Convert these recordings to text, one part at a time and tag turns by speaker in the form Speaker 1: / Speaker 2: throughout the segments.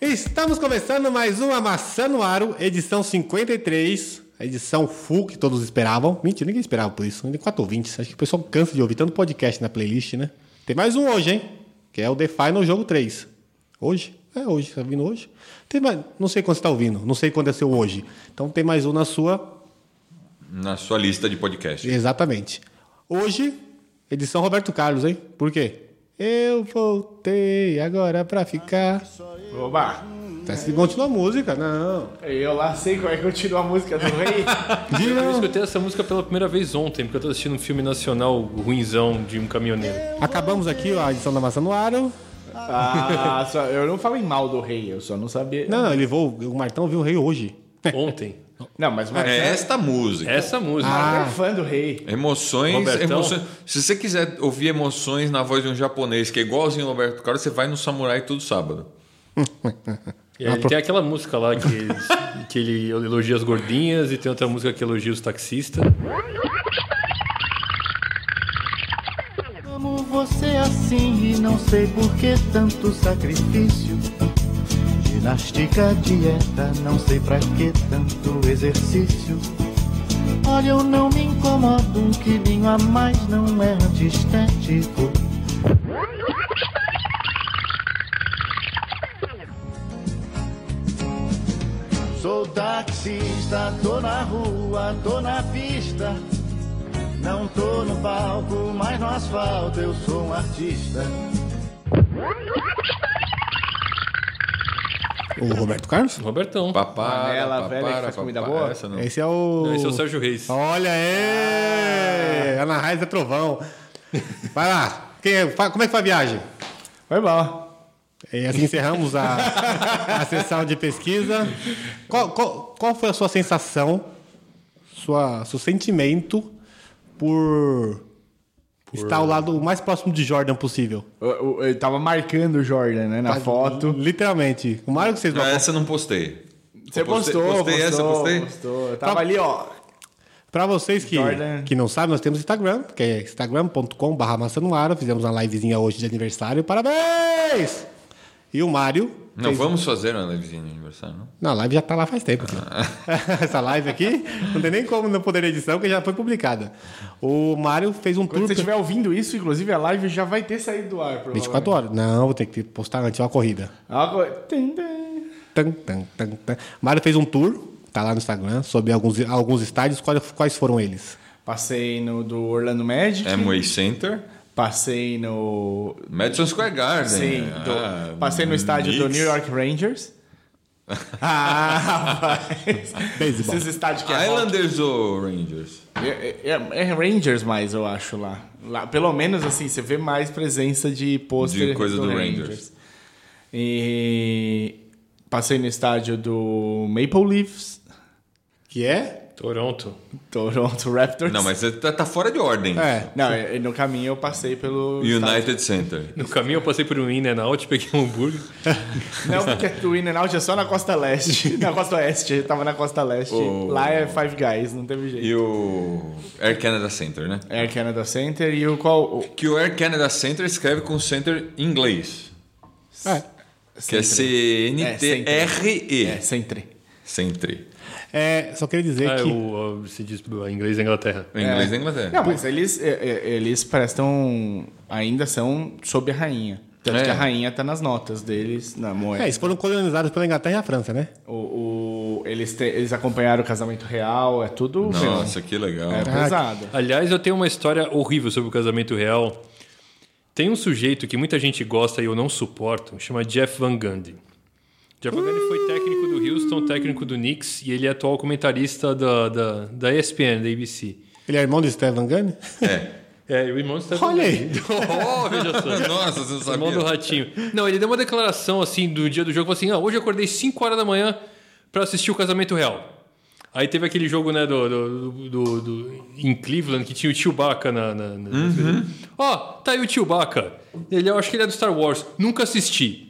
Speaker 1: Estamos começando mais uma Maçã no Aro, edição 53, a edição full que todos esperavam. Mentira, ninguém esperava por isso, nem quatro ouvintes. Acho que o pessoal cansa de ouvir tanto podcast na playlist, né? Tem mais um hoje, hein? Que é o The Final Jogo 3. Hoje? É hoje, tá vindo hoje? Tem mais... Não sei quando você tá ouvindo, não sei quando é seu hoje. Então tem mais um na sua
Speaker 2: Na sua lista de podcast.
Speaker 1: Exatamente. Hoje, edição Roberto Carlos, hein? Por quê? Eu voltei agora pra ficar.
Speaker 3: Oba!
Speaker 1: Tá se continua a música? Não.
Speaker 3: Eu lá sei como é que continua a música do rei.
Speaker 1: De
Speaker 4: Eu
Speaker 1: novo.
Speaker 4: escutei essa música pela primeira vez ontem, porque eu tô assistindo um filme nacional ruinzão de um caminhoneiro.
Speaker 1: Acabamos aqui ó, a edição da Maçã no Aro.
Speaker 3: ah, só- eu não falei mal do rei, eu só não sabia.
Speaker 1: Não, não, ele voou. O Martão viu o rei hoje.
Speaker 4: Ontem.
Speaker 3: Não, mas
Speaker 2: É
Speaker 3: o Marcelo
Speaker 2: esta música.
Speaker 4: Essa música.
Speaker 3: é fã do rei.
Speaker 2: Emoções,
Speaker 4: Robertão?
Speaker 2: emoções. Se você quiser ouvir emoções na voz de um japonês que é igualzinho ao Roberto Carlos, você vai no Samurai todo sábado.
Speaker 4: E aí tem aquela música lá que, eles- que ele elogia as gordinhas e tem outra música que elogia os taxistas.
Speaker 5: Amo você assim e não sei por que tanto sacrifício. Ginástica, dieta, não sei pra que tanto exercício. Olha, eu não me incomodo, um quilinho a mais não é antiestético. Sou taxista, tô na rua, tô na pista. Não tô no palco, mas no asfalto eu sou um artista.
Speaker 1: O Roberto Carlos?
Speaker 4: Robertão.
Speaker 2: Papara,
Speaker 3: Panela
Speaker 2: papara,
Speaker 3: velha que faz comida
Speaker 2: papara,
Speaker 3: boa?
Speaker 2: Essa não.
Speaker 1: Esse é o.
Speaker 4: Esse é o Sérgio Ah! Reis.
Speaker 1: Olha aí! Ana Raiz é trovão. Vai lá. Quem é- fa- Como é que foi a viagem?
Speaker 3: Foi mal.
Speaker 1: E assim encerramos a, a sessão de pesquisa. Qual, qual- qual foi a sua sensação, sua, seu sentimento por, estar ao lado o mais próximo de Jordan possível?
Speaker 3: Eu, eu- eu tava marcando o Jordan, né, na foto.
Speaker 1: Literalmente. O Mário que vocês
Speaker 2: Não, essa eu não postei.
Speaker 3: Você
Speaker 2: Eu postei-
Speaker 3: postou,
Speaker 2: postei
Speaker 3: postou,
Speaker 2: essa, postei?
Speaker 3: postou. Eu Tava ali, ó.
Speaker 1: Pra vocês que,
Speaker 3: Jordan.
Speaker 1: que não sabem, nós temos Instagram, que é instagram.com.br maçanuara. Fizemos uma livezinha hoje de aniversário. Parabéns! E o Mário.
Speaker 2: Não, vamos fazer uma livezinha de aniversário, não?
Speaker 1: Não, a live já tá lá faz tempo. filho. Essa live aqui não tem nem como não poder edição, porque já foi publicada. O Mário fez um
Speaker 3: Quando
Speaker 1: tour
Speaker 3: você estiver ouvindo isso, inclusive a live já vai ter saído do ar.
Speaker 1: 24 horas. Não, vou ter que postar antes uma corrida.
Speaker 3: horas.
Speaker 1: Tan, tan, tan, tan. Mário fez um tour, tá lá no Instagram, sobre alguns, alguns estádios. Quais, quais foram eles?
Speaker 3: Passei no do Orlando Magic.
Speaker 2: Amway É Center,
Speaker 3: Passei no.
Speaker 2: Madison Square Tipo, Garden.
Speaker 3: Sim, do-
Speaker 2: Ah,
Speaker 3: passei no estádio do
Speaker 2: Knicks.
Speaker 3: New York Rangers. ah, rapaz.
Speaker 1: Beisebol.
Speaker 3: Esses estádios que é
Speaker 2: Islanders ou Rangers?
Speaker 3: É, é- é Rangers mais, eu acho, lá. lá. Pelo menos, assim, você vê mais presença de pôster
Speaker 2: De coisa do Rangers.
Speaker 3: E passei no estádio do Maple Leafs,
Speaker 1: Que é?
Speaker 4: Toronto.
Speaker 3: Toronto Raptors.
Speaker 2: Não, mas você tá, tá fora de ordem.
Speaker 1: É.
Speaker 3: Não, é- tá. no caminho eu passei pelo... estádio-
Speaker 2: United Center.
Speaker 4: No caminho eu passei por um in and out, peguei um hambúrguer.
Speaker 3: Não, porque o in and out é só na costa leste. na costa oeste, eu tava na costa leste.
Speaker 2: O-
Speaker 3: Lá é Five Guys, não teve jeito.
Speaker 2: E o Air Canada Center, né?
Speaker 3: Air Canada Center e o qual... o-
Speaker 2: Que o Air Canada Center escreve com center em inglês.
Speaker 1: É.
Speaker 2: Que é C-N-T-R-E.
Speaker 3: É, Sentry.
Speaker 2: Centre.
Speaker 1: É, só queria dizer
Speaker 4: Ah, é
Speaker 1: que.
Speaker 4: o, ah, se diz em inglês é Inglaterra.
Speaker 2: Em inglês da
Speaker 3: Não,
Speaker 2: Inglaterra.
Speaker 3: mas eles, é, é, eles prestam. Ainda são sob a rainha. Tanto
Speaker 2: É.
Speaker 3: que a rainha tá nas notas deles, na moeda.
Speaker 1: É, eles foram colonizados pela Inglaterra e a França, né?
Speaker 3: O, o- eles, te- eles acompanharam o casamento real, é tudo. meu,
Speaker 2: Nossa, que legal.
Speaker 3: é pesado.
Speaker 4: Aliás, eu tenho uma história horrível sobre o casamento real. Tem um sujeito que muita gente gosta e eu não suporto, chama Jeff Van Gundy. Jeff Van Gundy foi técnico do Houston, técnico do Knicks e ele é atual comentarista da, da, da ESPN, da ABC.
Speaker 1: Ele é irmão do Stefan Gunn?
Speaker 2: É.
Speaker 4: É, e o irmão está
Speaker 1: Olha aí.
Speaker 4: oh, veja só.
Speaker 2: Nossa, você não
Speaker 4: Irmão do
Speaker 2: sabia.
Speaker 4: Ratinho. é Não, ele deu uma declaração assim do dia do jogo, falou assim: "Ah, hoje eu acordei 5 horas da manhã pra assistir o Casamento Real. Aí teve aquele jogo, né, do, do, do- do- do- em Cleveland, que tinha o Chewbacca na. na- na-
Speaker 2: Uhum.
Speaker 4: Ó, tá aí o Chewbacca. Ele, eu acho que ele é do Star Wars. Nunca assisti.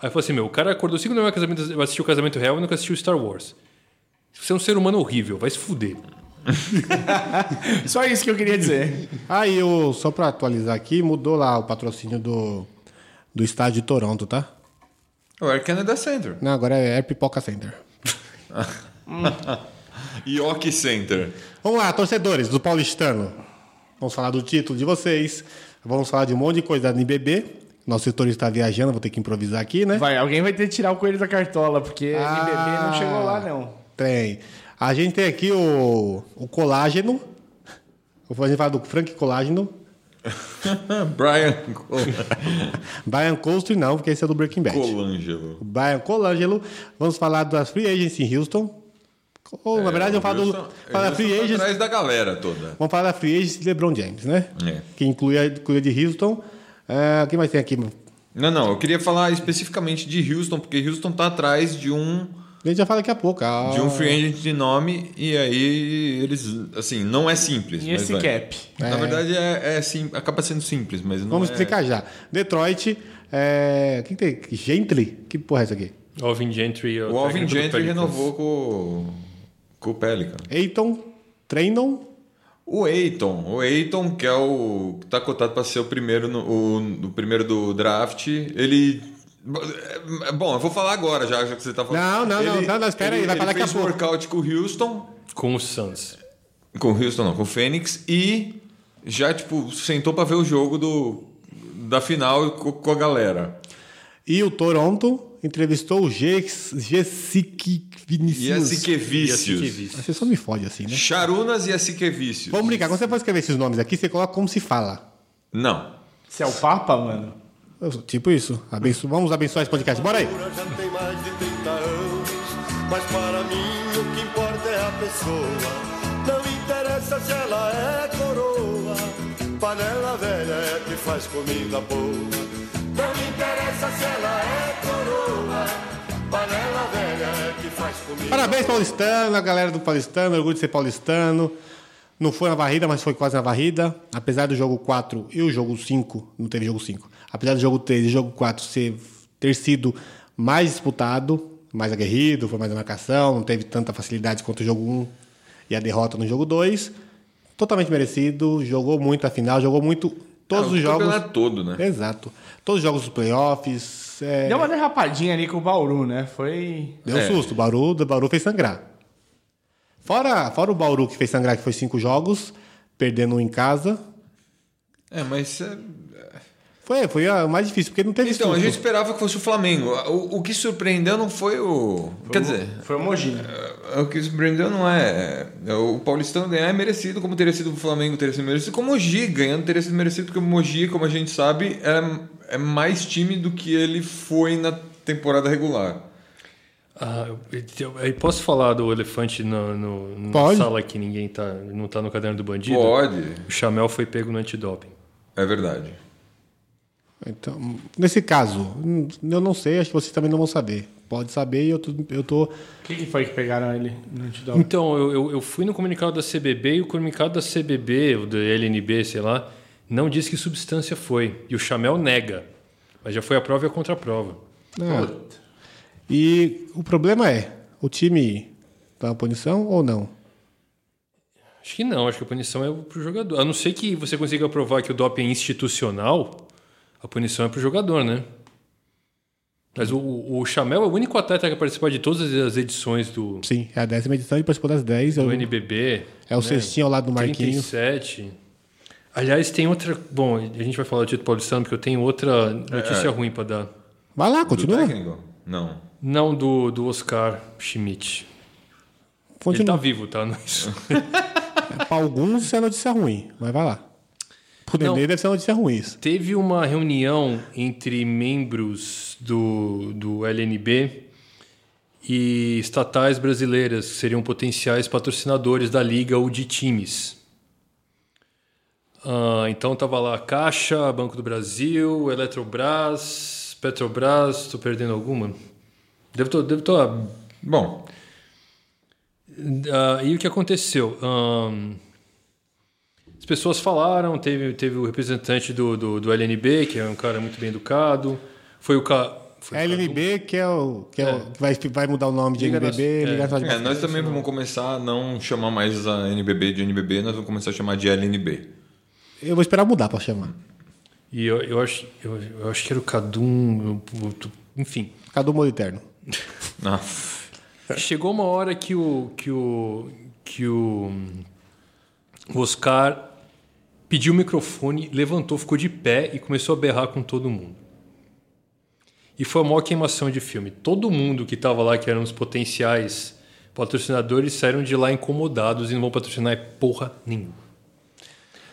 Speaker 4: Aí eu falei assim: meu, o cara acordou 5 da manhã casamento- vai assistir o Casamento Real e nunca assistiu o Star Wars. Você é um ser humano horrível, vai se fuder.
Speaker 3: Só isso que eu queria dizer.
Speaker 1: Aí, eu, só pra atualizar aqui, mudou lá o patrocínio do, do estádio de Toronto, tá?
Speaker 2: O Air Canada Center.
Speaker 1: Não, agora é Air Pipoca Center.
Speaker 2: Yoki Center.
Speaker 1: Vamos lá, torcedores do Paulistano. Vamos falar do título de vocês. Vamos falar de um monte de coisa da NBB. Nosso setor está viajando, vou ter que improvisar aqui, né?
Speaker 3: Vai, alguém vai ter que tirar o coelho da cartola, porque
Speaker 1: Ah.
Speaker 3: o MBB não chegou lá, não.
Speaker 1: Tem. A gente tem aqui o, o colágeno. A gente fala do Frank Colágeno.
Speaker 2: Ah, Brian
Speaker 1: Brian Coaster, não, porque esse é do Breaking Bad.
Speaker 2: Colangelo.
Speaker 1: Brian Colangelo. Vamos falar das free agents em Houston. Ou,
Speaker 2: É,
Speaker 1: na verdade, eu falo, do, falo da free agents.
Speaker 2: tá atrás da galera toda.
Speaker 1: Vamos falar da free agents de LeBron James, né?
Speaker 2: É.
Speaker 1: Que inclui a, inclui a de Houston. Ah, O que mais tem aqui?
Speaker 2: Não, não, eu queria falar especificamente de Houston, porque Houston tá atrás de um
Speaker 1: A gente já fala daqui a pouco. Ah,
Speaker 2: de um free agent de nome e aí eles assim, não é simples,
Speaker 3: E
Speaker 2: mas
Speaker 3: esse
Speaker 2: vai.
Speaker 3: cap?
Speaker 2: Na verdade é, é sim, acaba sendo simples, mas não
Speaker 1: Vamos
Speaker 2: é-
Speaker 1: explicar já. Detroit. É... Quem tem? Gentry? Que porra é essa aqui?
Speaker 4: Alvin Gentry.
Speaker 2: O Alvin
Speaker 4: técnico do
Speaker 2: Gentry
Speaker 4: Pelicans.
Speaker 2: renovou com com o Pelican.
Speaker 1: Eiton. Trendon.
Speaker 2: O Eiton, o Eiton que é o que tá cotado para ser o primeiro no o, o primeiro do draft, ele é, Bom, eu vou falar agora já, já que você tá falando.
Speaker 1: Não, não, não,
Speaker 2: Ele-
Speaker 1: não, não, espera aí,
Speaker 2: ele-
Speaker 1: vai falar
Speaker 2: ele
Speaker 1: daqui a
Speaker 2: fez
Speaker 1: pouco.
Speaker 2: workout com o Houston,
Speaker 4: Com o Suns.
Speaker 2: Com o Houston, não, com o Fênix. E já, tipo, sentou pra ver o jogo do, da final co- com, a galera.
Speaker 1: E o Toronto entrevistou o Jessic
Speaker 2: E
Speaker 1: Vinicius.
Speaker 2: Vicius.
Speaker 1: Você só me fode assim, né?
Speaker 2: Charunas e Vicius.
Speaker 1: Vamos brincar. Quando você for escrever esses nomes aqui, você coloca como se fala.
Speaker 2: Não.
Speaker 3: Você é o Papa, mano?
Speaker 1: Eu sou- Tipo isso. Abenço... Vamos abençoar esse podcast. Bora aí.
Speaker 6: Já tem mais de 30 anos, mas para mim o que importa é a pessoa. Não interessa se ela é coroa, panela velha é que faz comida boa. Não interessa se ela é coroa, panela velha é que faz comida
Speaker 1: Parabéns, paulistano, a galera do paulistano, orgulho de ser paulistano. Não foi na varrida, mas foi quase na varrida. Apesar do jogo 4 e o jogo 5, não teve jogo 5. Apesar do jogo 3 e o jogo 4 ser, ter sido mais disputado, mais aguerrido, foi mais na marcação, não teve tanta facilidade quanto o jogo 1 e a derrota no jogo 2. Totalmente merecido, jogou muito a final, jogou muito todos
Speaker 2: É, o
Speaker 1: os jogos.
Speaker 2: campeonato todo, né?
Speaker 1: Exato. Todos os jogos dos playoffs. é,
Speaker 3: Deu uma derrapadinha ali com o Bauru, né? Foi.
Speaker 1: Deu um
Speaker 2: É.
Speaker 1: susto. O Bauru, o Bauru fez sangrar. Fora, fora o Bauru que fez sangrar, que foi cinco jogos, perdendo um em casa.
Speaker 2: É, mas. é,
Speaker 1: Foi, foi a mais difícil, porque não teve
Speaker 2: Então, a
Speaker 1: susto.
Speaker 2: gente esperava que fosse o Flamengo. O, o que surpreendeu não foi o. Quer dizer,
Speaker 3: Foi né? o Mogino.
Speaker 4: é.
Speaker 2: o que surpreendeu não é. é, O Paulistão ganhar é merecido, como teria sido o Flamengo, teria sido merecido. Como o Mogi ganhando teria sido merecido, porque o Mogi, como a gente sabe, é, é mais time do que ele foi na temporada regular.
Speaker 4: Ah, eu- eu- aí posso falar do elefante na, no, na
Speaker 1: Pode.
Speaker 4: sala que ninguém tá, não tá no caderno do bandido?
Speaker 2: Pode,
Speaker 4: O Chamel foi pego no antidoping.
Speaker 2: é verdade.
Speaker 1: Então, nesse caso, hum, eu não sei, acho que vocês também não vão saber. Pode saber e eu tô, eu tô.
Speaker 3: O que, que foi que pegaram ele no antidoping?
Speaker 4: Então, eu, eu, eu fui no comunicado da CBB e o comunicado da CBB, ou da LNB, sei lá, não diz que substância foi. E o Chamel nega. Mas já foi a prova e a contraprova.
Speaker 1: Ah. E o problema é, o time tá na punição ou não?
Speaker 4: Acho que não, acho que a punição é pro jogador. A não ser que você consiga provar que o doping é institucional, a punição é pro jogador, né? Mas o, o Chamel é o único atleta que participar de todas as edições do,
Speaker 1: Sim, é a décima edição, ele participou das 10. É
Speaker 4: do
Speaker 1: o,
Speaker 4: NBB.
Speaker 1: é o cestinho ao lado do Marquinhos.
Speaker 4: 37. Aliás, tem outra. Bom, a gente vai falar do título paulistano, porque eu tenho outra notícia ruim pra dar.
Speaker 1: Vai lá,
Speaker 2: Do
Speaker 1: continua.
Speaker 2: técnico? Não.
Speaker 4: Não do, do Oscar Schmidt. Ele tá
Speaker 1: Continua.
Speaker 4: vivo, tá? Não é isso.
Speaker 2: tá-
Speaker 1: Pra alguns isso é notícia ruim, mas vai lá. Pro Nenê deve ser notícia ruim isso.
Speaker 4: Teve uma reunião entre membros do, do LNB e estatais brasileiras, que seriam potenciais patrocinadores da liga ou de times. Ah, então tava lá a Caixa, Banco do Brasil, Eletrobras, Petrobras, tô perdendo alguma? Devo tô, devo tô
Speaker 2: Bom,
Speaker 4: ah, e o que aconteceu? Ahn, as pessoas falaram, teve, teve o representante do, do, do LNB, que é um cara muito bem educado. Foi o ca... foi o
Speaker 1: É
Speaker 4: Cadu?
Speaker 1: LNB, que é o que, é o- que vai, vai mudar o nome de
Speaker 4: Liga
Speaker 1: NBB,
Speaker 4: Nacional-
Speaker 1: Liga Nacional de
Speaker 2: é,
Speaker 1: Basquete.
Speaker 2: nós também vamos começar a não chamar mais a NBB de NBB, nós vamos começar a chamar de LNB.
Speaker 1: Eu vou esperar mudar pra chamar.
Speaker 4: E eu, eu, acho, eu, eu acho que era o Cadum, Enfim.
Speaker 1: Cadu Moliterno.
Speaker 2: Nossa.
Speaker 4: Chegou uma hora que o que o que o, o Oscar pediu o microfone, levantou, ficou de pé e começou a berrar com todo mundo. E foi a maior queimação de filme. Todo mundo que estava lá, que eram os potenciais patrocinadores, saíram de lá incomodados e não vão patrocinar porra nenhuma.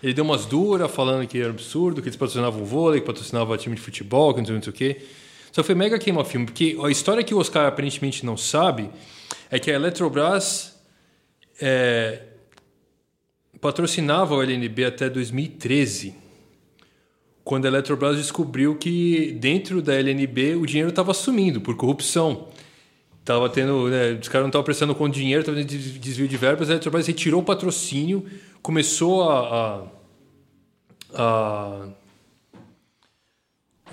Speaker 4: Ele deu umas duras falando que era um absurdo, que eles patrocinavam vôlei, que patrocinavam time de futebol, que não sei, não sei o quê. Só foi mega queima filme, porque a história que o Oscar aparentemente não sabe é que a Eletrobras é, patrocinava o LNB até 2013, quando a Eletrobras descobriu que dentro da LNB o dinheiro estava sumindo por corrupção. Tava tendo, né, os caras não estavam prestando conta de dinheiro, estava tendo des- desvio de verbas, a Eletrobras retirou o patrocínio, começou a- a- a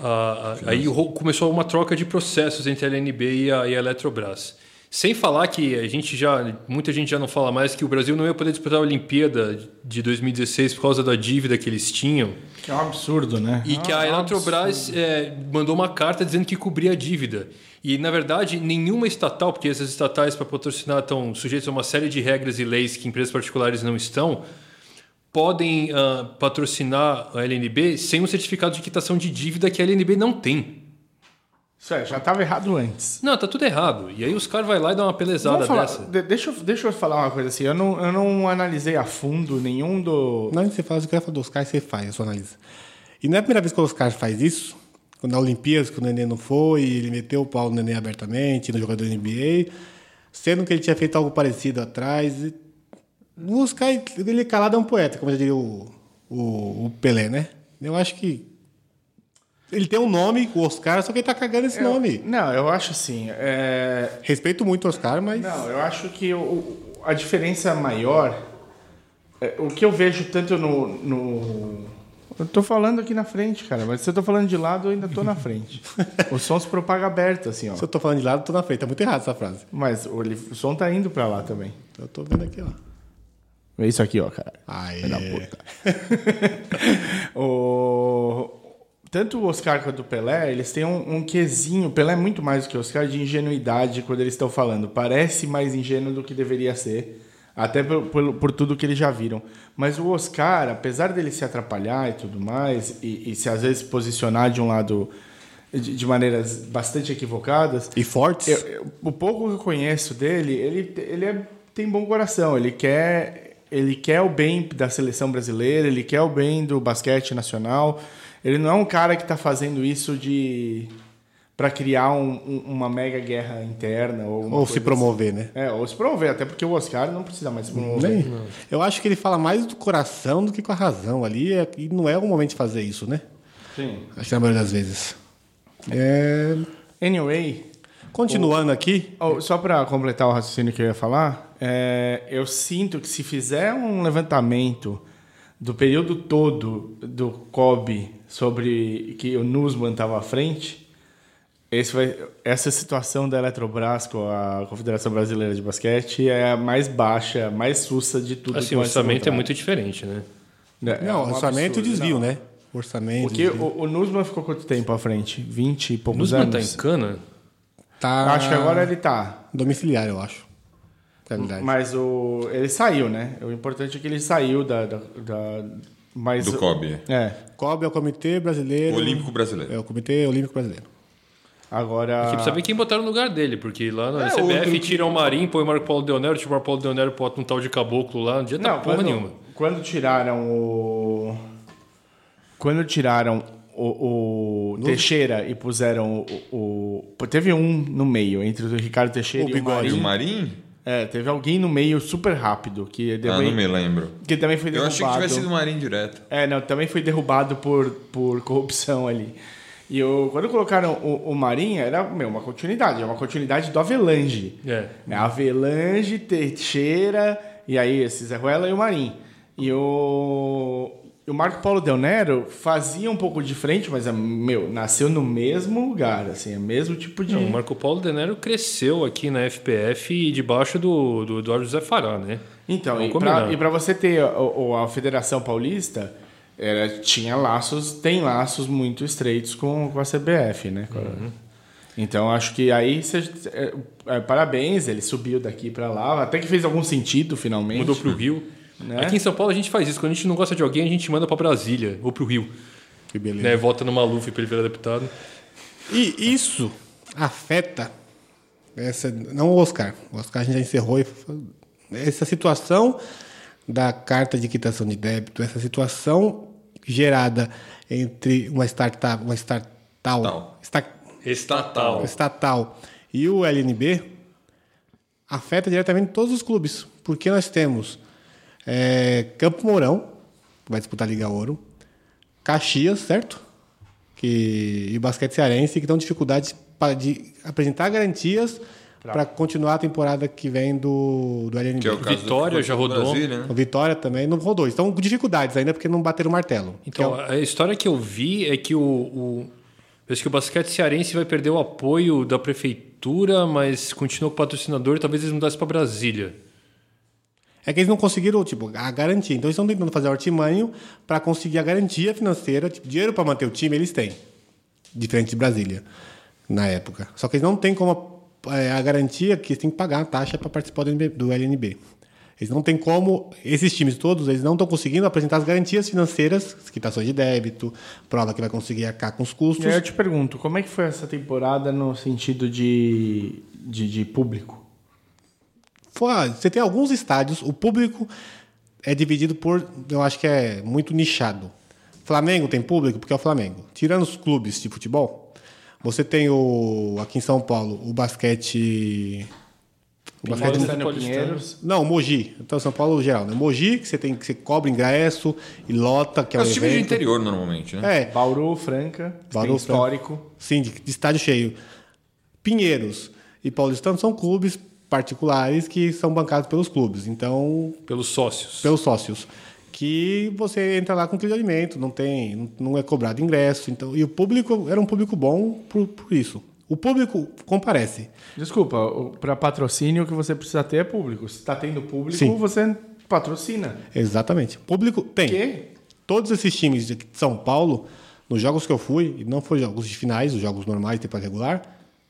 Speaker 4: ah, ah, aí ro- começou uma troca de processos entre a LNB e a, e a Eletrobras. Sem falar que a gente já, muita gente já não fala mais que o Brasil não ia poder disputar a Olimpíada de 2016 por causa da dívida que eles tinham.
Speaker 3: Que é um absurdo, né?
Speaker 4: E que a
Speaker 3: Ah,
Speaker 4: Eletrobras eh, mandou uma carta dizendo que cobria a dívida. E, na verdade, nenhuma estatal, porque essas estatais para patrocinar estão sujeitas a uma série de regras e leis que empresas particulares não estão, podem ah, patrocinar a LNB sem um certificado de quitação de dívida que a LNB não tem.
Speaker 3: Isso é, já tava errado antes.
Speaker 4: Não, tá tudo errado. E aí os caras vão lá e dão uma pelezada
Speaker 3: Vamos falar,
Speaker 4: dessa. Assim,
Speaker 3: de- deixa, eu- deixa eu falar uma coisa assim. Eu não, eu não analisei a fundo nenhum do.
Speaker 1: Não, você faz o que ela fala do Oscar, você faz a sua análise. E não é a primeira vez que o Oscar faz isso. Quando na Olimpíadas, que o Nenê não foi, ele meteu o pau no Nenê abertamente, no jogador da NBA, sendo que ele tinha feito algo parecido atrás. E o Oscar, ele é calado é um poeta, como já diria o, o, o Pelé, né? Eu acho que ele tem um nome, o Oscar, só que ele tá cagando esse nome.
Speaker 3: Não, eu acho assim. é,
Speaker 1: Respeito muito o Oscar, mas...
Speaker 3: Não, eu acho que o- a diferença maior. é, o que eu vejo tanto no, no- Eu tô falando aqui na frente, cara, mas se eu tô falando de lado, eu ainda tô na frente. o som se propaga aberto, assim, ó.
Speaker 1: Se eu tô falando de lado, eu tô na frente. Tá muito errado essa frase.
Speaker 3: Mas o, ele- o som tá indo pra lá também.
Speaker 1: Eu tô vendo aqui, ó.
Speaker 3: É isso aqui, ó, cara.
Speaker 1: Aê.
Speaker 3: Filho da puta. O- Tanto o Oscar quanto o Pelé, eles têm um, um quesinho. Pelé é muito mais do que o Oscar de ingenuidade quando eles estão falando. Parece mais ingênuo do que deveria ser. Até por, por, por tudo que eles já viram. Mas o Oscar, apesar dele se atrapalhar e tudo mais, e, e se às vezes posicionar de um lado de, de maneiras bastante equivocadas,
Speaker 1: E fortes?
Speaker 3: eu- eu- o pouco que eu conheço dele, ele, ele é- tem bom coração. Ele quer, ele quer o bem da seleção brasileira, ele quer o bem do basquete nacional. Ele não é um cara que tá fazendo isso de para criar um- um- uma mega guerra interna ou, alguma
Speaker 1: Ou se
Speaker 3: coisa
Speaker 1: promover, né?
Speaker 3: assim. É, ou se promover, até porque o Oscar não precisa mais se promover.
Speaker 1: Bem, Eu acho que ele fala mais do coração do que com a razão ali, é- e não é o momento de fazer isso, né?
Speaker 3: Sim.
Speaker 1: Acho que na maioria das vezes. É,
Speaker 3: Anyway,
Speaker 1: Continuando aqui,
Speaker 3: Oh, só para completar o raciocínio que eu ia falar, é, eu sinto que se fizer um levantamento do período todo do COB sobre que o Nusman estava à frente, esse vai- essa situação da Eletrobras com a Confederação Brasileira de Basquete é a mais baixa, a mais sussa de tudo.
Speaker 4: Assim,
Speaker 3: que
Speaker 4: o
Speaker 3: pode ser
Speaker 4: orçamento é
Speaker 3: encontrado.
Speaker 4: muito diferente, né?
Speaker 3: É, é
Speaker 1: não,
Speaker 3: um
Speaker 1: orçamento e
Speaker 3: absurdo.
Speaker 1: desvio,
Speaker 3: Não.
Speaker 1: né? Orçamento.
Speaker 3: Porque
Speaker 1: desvio.
Speaker 3: o, o Nusman ficou quanto tempo à frente? 20 e poucos
Speaker 4: Nusman tá
Speaker 3: anos?
Speaker 4: em cana?
Speaker 1: tá
Speaker 3: Acho que agora ele tá.
Speaker 1: domiciliar, eu acho. Na verdade.
Speaker 3: Mas o, ele saiu, né? O importante é que ele saiu da. da, da mas,
Speaker 2: Do COB.
Speaker 3: É.
Speaker 1: COB é o Comitê Brasileiro.
Speaker 2: Olímpico Brasileiro.
Speaker 1: É o Comitê Olímpico Brasileiro.
Speaker 3: Agora.
Speaker 4: Tem que saber quem botaram no lugar dele, porque lá na
Speaker 2: É,
Speaker 4: CBF
Speaker 2: outro que-
Speaker 4: tiram o Marinho, põe o Marco Paulo Deonero, tira o Marco Paulo Deonero, bota um tal de caboclo lá, não adianta
Speaker 3: Não,
Speaker 4: porra
Speaker 3: quando,
Speaker 4: nenhuma.
Speaker 3: Quando tiraram o. Quando tiraram o, o Teixeira e puseram o, o- Teve um no meio, entre o Ricardo Teixeira
Speaker 1: O
Speaker 3: e o
Speaker 1: Bigode.
Speaker 2: E o
Speaker 3: Marinho.
Speaker 2: Marim?
Speaker 3: É, teve alguém no meio super rápido, que,
Speaker 2: Ah,
Speaker 3: também,
Speaker 2: não me lembro.
Speaker 3: que também foi
Speaker 2: Eu
Speaker 3: derrubado.
Speaker 2: achei que tivesse sido o Marim direto.
Speaker 3: É, não, também foi derrubado por, por corrupção ali. E o, quando colocaram o, o Marinha, era meu, uma continuidade, é uma continuidade do Avelange.
Speaker 4: É.
Speaker 3: É Avelange, Teixeira, e aí esse Zé Ruela e o Marim. E o, o Marco Paulo Del Nero fazia um pouco de frente, mas, é, meu, nasceu no mesmo lugar, assim, é o mesmo tipo de...
Speaker 4: Não, o Marco Paulo Deonero cresceu aqui na FPF e debaixo do, do Eduardo José Fará, né?
Speaker 3: Então,
Speaker 4: Vamos
Speaker 3: e pra,
Speaker 4: combinar.
Speaker 3: e pra você ter o- o- a, Federação Paulista, era, tinha laços, tem laços muito estreitos com, com a CBF, né? Com a- Então acho que aí você- é, é, parabéns, ele subiu daqui pra lá, até que fez algum sentido finalmente.
Speaker 4: Mudou pro Rio.
Speaker 3: Né?
Speaker 4: Aqui em São Paulo a gente faz isso. Quando a gente não gosta de alguém, a gente manda pra Brasília ou pro Rio.
Speaker 1: Que beleza.
Speaker 4: Né? Vota no Maluf pra ele virar deputado.
Speaker 1: E isso afeta essa não o Oscar. O Oscar a gente já encerrou e- essa situação da carta de quitação de débito, essa situação gerada entre uma startup, uma startal,
Speaker 2: Tal.
Speaker 1: sta-
Speaker 4: Estatal.
Speaker 1: estatal e o LNB afeta diretamente todos os clubes, porque nós temos eh, Campo Mourão, que vai disputar a Liga Ouro, Caxias, certo? Que, e o basquete cearense, que estão dificuldades pra- de apresentar garantias para continuar a temporada que vem do, do LNB.
Speaker 2: Que é o caso do
Speaker 4: Vitória já
Speaker 2: futebol do
Speaker 4: rodou.
Speaker 2: Brasil, né?
Speaker 1: O Vitória também não rodou. Estão com dificuldades ainda porque não bateram o martelo. é
Speaker 4: Então, a história que eu vi é que o, o- Parece que o basquete cearense vai perder o apoio da prefeitura, mas continua com o patrocinador. Talvez eles mudassem pra Brasília.
Speaker 1: É que eles não conseguiram, tipo, a garantia. Então eles estão tentando fazer o artimanho para conseguir a garantia financeira, tipo, dinheiro para manter o time eles têm. Diferente de Brasília, na época. Só que eles não têm como é, a garantia que eles têm que pagar a taxa para participar do NB do LNB. Eles não têm como, esses times todos, eles não estão conseguindo apresentar as garantias financeiras, quitações de débito, prova que vai conseguir arcar com os custos.
Speaker 3: E aí eu te pergunto, como é que foi essa temporada no sentido de, de, de público?
Speaker 1: Fora, você tem alguns estádios, o público é dividido por, eu acho que é muito nichado. Flamengo tem público porque é o Flamengo. Tirando os clubes de futebol, você tem o aqui em São Paulo, o basquete o basquete
Speaker 4: Paulistano.
Speaker 3: Paulistano Pinheiros.
Speaker 1: não, o Mogi. Então São Paulo geral, né? Mogi que você tem que você cobra ingresso e lota, que é,
Speaker 2: É
Speaker 1: um
Speaker 2: os times de
Speaker 1: evento.
Speaker 2: interior, normalmente, né?
Speaker 1: É,
Speaker 3: Bauru, Franca, que
Speaker 1: Bauru,
Speaker 3: tem
Speaker 1: Franca.
Speaker 3: histórico.
Speaker 1: Sim, de, de estádio cheio. Pinheiros e Paulistano são clubes particulares que são bancados pelos clubes. Então,
Speaker 4: Pelos sócios.
Speaker 1: pelos sócios. Que você entra lá com quilo de alimento, não tem, não- não é cobrado ingresso. Então, e o público era um público bom por, por isso. O público comparece.
Speaker 3: Desculpa, para patrocínio o que você precisa ter é público. Se tá tendo público,
Speaker 1: Sim.
Speaker 3: você patrocina.
Speaker 1: Exatamente. Público tem.
Speaker 3: Quê?
Speaker 1: Todos esses times de São Paulo, nos jogos que eu fui, e não foi jogos de finais, os jogos normais, temporada regular,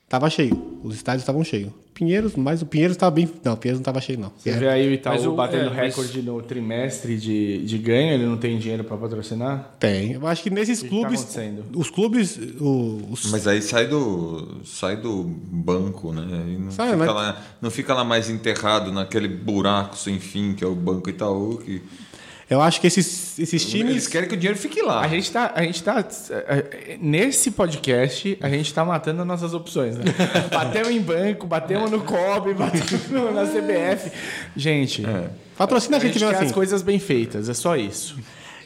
Speaker 1: tava cheio. Os estádios estavam cheios. Pinheiros, mas o Pinheiros estava bem. Não, o Pinheiros não estava cheio, não.
Speaker 3: Você vê aí o
Speaker 4: Mas
Speaker 3: Itaú
Speaker 4: o-
Speaker 3: batendo
Speaker 4: é, mas-
Speaker 3: recorde no trimestre de, de ganho, ele não tem dinheiro para patrocinar?
Speaker 1: Tem. Eu acho que nesses
Speaker 3: que tá
Speaker 1: clubes.
Speaker 3: acontecendo?
Speaker 1: os clubes. o- Os,
Speaker 2: Mas aí sai do, sai do banco, né? Aí não,
Speaker 1: Sai,
Speaker 2: fica
Speaker 1: mas-
Speaker 2: lá, não fica lá mais enterrado naquele buraco sem fim que é o Banco Itaú. Que...
Speaker 1: eu acho que esses, esses
Speaker 2: Eles
Speaker 1: times.
Speaker 2: querem que o dinheiro fique lá.
Speaker 3: A gente tá. A gente tá. eh, Nesse podcast, a gente tá matando as nossas opções, né? batemos em banco, batemos no COB, batemos no- na CBF. Gente,
Speaker 1: Patrocina
Speaker 3: É. a gente
Speaker 1: mesmo
Speaker 3: quer
Speaker 1: assim.
Speaker 3: as coisas bem feitas, é só isso.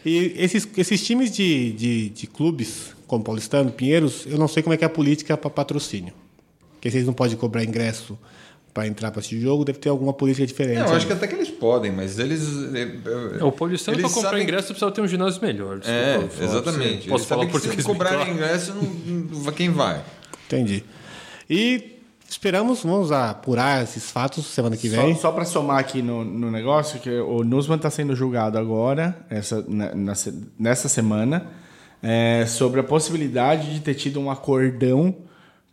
Speaker 1: E esses, esses times de, de, de clubes, como Paulistano, Pinheiros, eu não sei como é que é a política para patrocínio. Porque vocês não podem cobrar ingresso para entrar para assistir jogo, deve ter alguma política diferente.
Speaker 2: Não, eu acho que
Speaker 1: né?
Speaker 2: até que eles podem, mas eles. eh,
Speaker 4: É, o Paulistano,
Speaker 2: eles
Speaker 4: pra comprar
Speaker 2: sabem-
Speaker 4: ingresso, precisava ter um ginásio melhor. desculpa,
Speaker 2: É,
Speaker 4: eu falo pra
Speaker 2: exatamente.
Speaker 4: você. Posso falar
Speaker 2: sabem que
Speaker 4: português?
Speaker 2: Se cobrar
Speaker 4: bem claro.
Speaker 2: ingresso, não, não- quem vai? é-
Speaker 1: Entendi. E esperamos, vamos apurar esses fatos semana que
Speaker 3: Só,
Speaker 1: vem.
Speaker 3: só para somar aqui no, no negócio, que o Nusman está sendo julgado agora, essa, na- na se- nessa semana, é, sobre a possibilidade de ter tido um acordão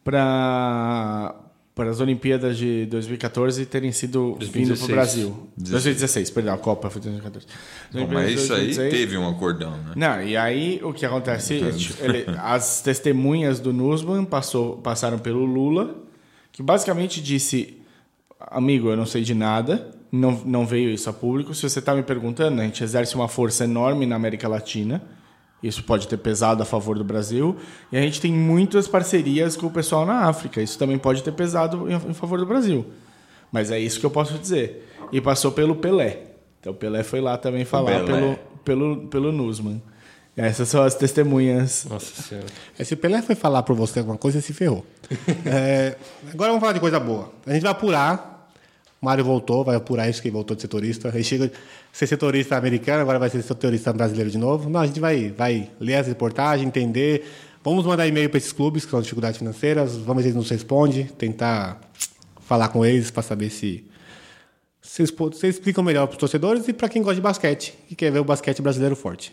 Speaker 3: para as Olimpíadas de 2014 terem sido vindo para
Speaker 4: 2016.
Speaker 3: o Brasil. 2016, perdão, a Copa foi 2014.
Speaker 2: Bom, mas isso aí
Speaker 3: 2016.
Speaker 2: teve um acordão, né?
Speaker 3: Não, e aí o que acontece? ele- as testemunhas do Nusman passou, passaram pelo Lula, que basicamente disse: Amigo, eu não sei de nada, não, não veio isso a público. Se você está me perguntando, a gente exerce uma força enorme na América Latina. Isso pode ter pesado a favor do Brasil. E a gente tem muitas parcerias com o pessoal na África. Isso também pode ter pesado em, em favor do Brasil. Mas é isso que eu posso dizer. E passou pelo Pelé. Então o Pelé foi lá também falar
Speaker 2: Pelé.
Speaker 3: pelo, pelo, pelo Nusman. Essas são as testemunhas.
Speaker 4: Nossa senhora.
Speaker 1: É, Se o Pelé foi falar para você alguma coisa, você se ferrou. É, agora vamos falar de coisa boa. A gente vai apurar. O Mário voltou, vai apurar isso que ele voltou de setorista. Ele chega de ser setorista americano, agora vai ser setorista brasileiro de novo. Não, a gente vai, vai ler as reportagens, entender. Vamos mandar e-mail para esses clubes que estão com dificuldades financeiras. Vamos ver se eles nos respondem. Tentar falar com eles para saber se. se eles po- se eles explicam melhor para os torcedores e para quem gosta de basquete e quer ver o basquete brasileiro forte.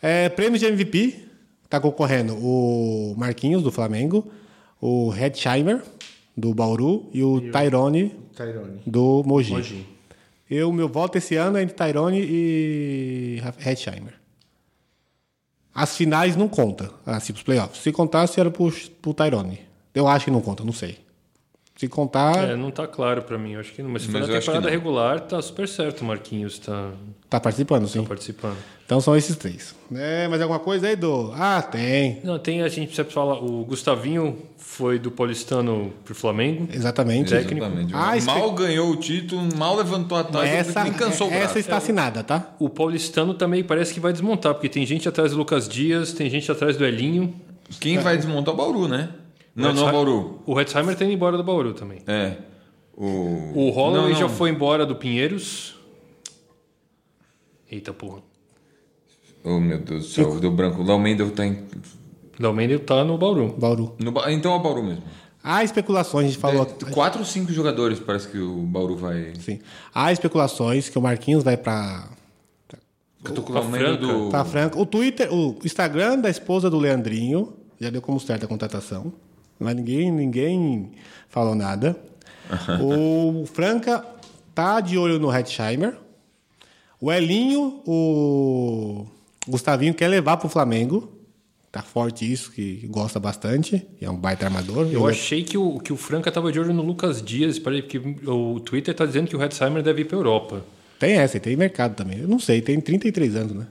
Speaker 1: É, prêmio de MVP. Tá concorrendo o Marquinhos, do Flamengo, o Hedsheimer, do Bauru, e o Tyrone,
Speaker 3: Tyrone.
Speaker 1: do Mogi.
Speaker 3: Mogi.
Speaker 1: Eu, meu voto esse ano é entre Tyrone e Hedsheimer. As finais não conta, assim, os playoffs. Se contasse, era pro, pro Tyrone. Eu acho que não conta, não sei. Se contar,
Speaker 4: É, não tá claro pra mim, eu acho que não. Mas se for
Speaker 2: Mas
Speaker 4: na
Speaker 2: eu acho que
Speaker 4: temporada
Speaker 2: não.
Speaker 4: regular, tá super certo o Marquinhos tá,
Speaker 1: tá participando, sim.
Speaker 4: tá participando.
Speaker 1: Então são esses três. É, mas alguma coisa aí, do Ah, tem.
Speaker 4: Não, tem, a gente precisa falar, o Gustavinho foi do Paulistano pro Flamengo.
Speaker 1: Exatamente.
Speaker 2: Exatamente.
Speaker 1: Ah, espe-
Speaker 2: mal ganhou o título, mal levantou a taça,
Speaker 1: Essa,
Speaker 2: nem cansou
Speaker 4: é,
Speaker 2: o braço.
Speaker 1: essa está assinada, tá?
Speaker 4: O Paulistano também parece que vai desmontar, porque tem gente atrás do Lucas Dias, tem gente atrás do Elinho.
Speaker 2: Quem vai desmontar é o Bauru, né? Não, não é o
Speaker 4: Hetzheimer-
Speaker 2: Bauru.
Speaker 4: O Hetzheimer tá indo embora do Bauru também.
Speaker 2: É. O,
Speaker 4: O Holloway
Speaker 2: Não, não.
Speaker 4: já foi embora do Pinheiros. Eita porra.
Speaker 2: Oh, meu Deus do céu, deu branco. Lá o Mendel tá em.
Speaker 4: Dalmendel tá no Bauru.
Speaker 1: Bauru.
Speaker 2: no Ba- então é o Bauru mesmo.
Speaker 1: Há especulações, a gente falou.
Speaker 2: É, quatro ou cinco jogadores parece que o Bauru vai.
Speaker 1: Sim. Há especulações que o Marquinhos vai pra,
Speaker 2: Eu tô com
Speaker 4: Pra
Speaker 2: o Mendel
Speaker 4: Tá Franca.
Speaker 2: do.
Speaker 3: Tá
Speaker 1: pra Franca. Tá O Twitter, o Instagram da esposa do Leandrinho já deu como certa a contratação. Mas ninguém, ninguém falou nada. o Franca tá de olho no Hetzheimer. O Elinho, o Gustavinho quer levar pro Flamengo. Tá forte isso, que gosta bastante. É um baita armador.
Speaker 4: Eu achei que o, que o Franca tava de olho no Lucas Dias, peraí, porque o Twitter tá dizendo que o Hetzheimer deve ir pra Europa.
Speaker 1: Tem essa, e tem mercado também. Eu não sei, tem 33 anos, né?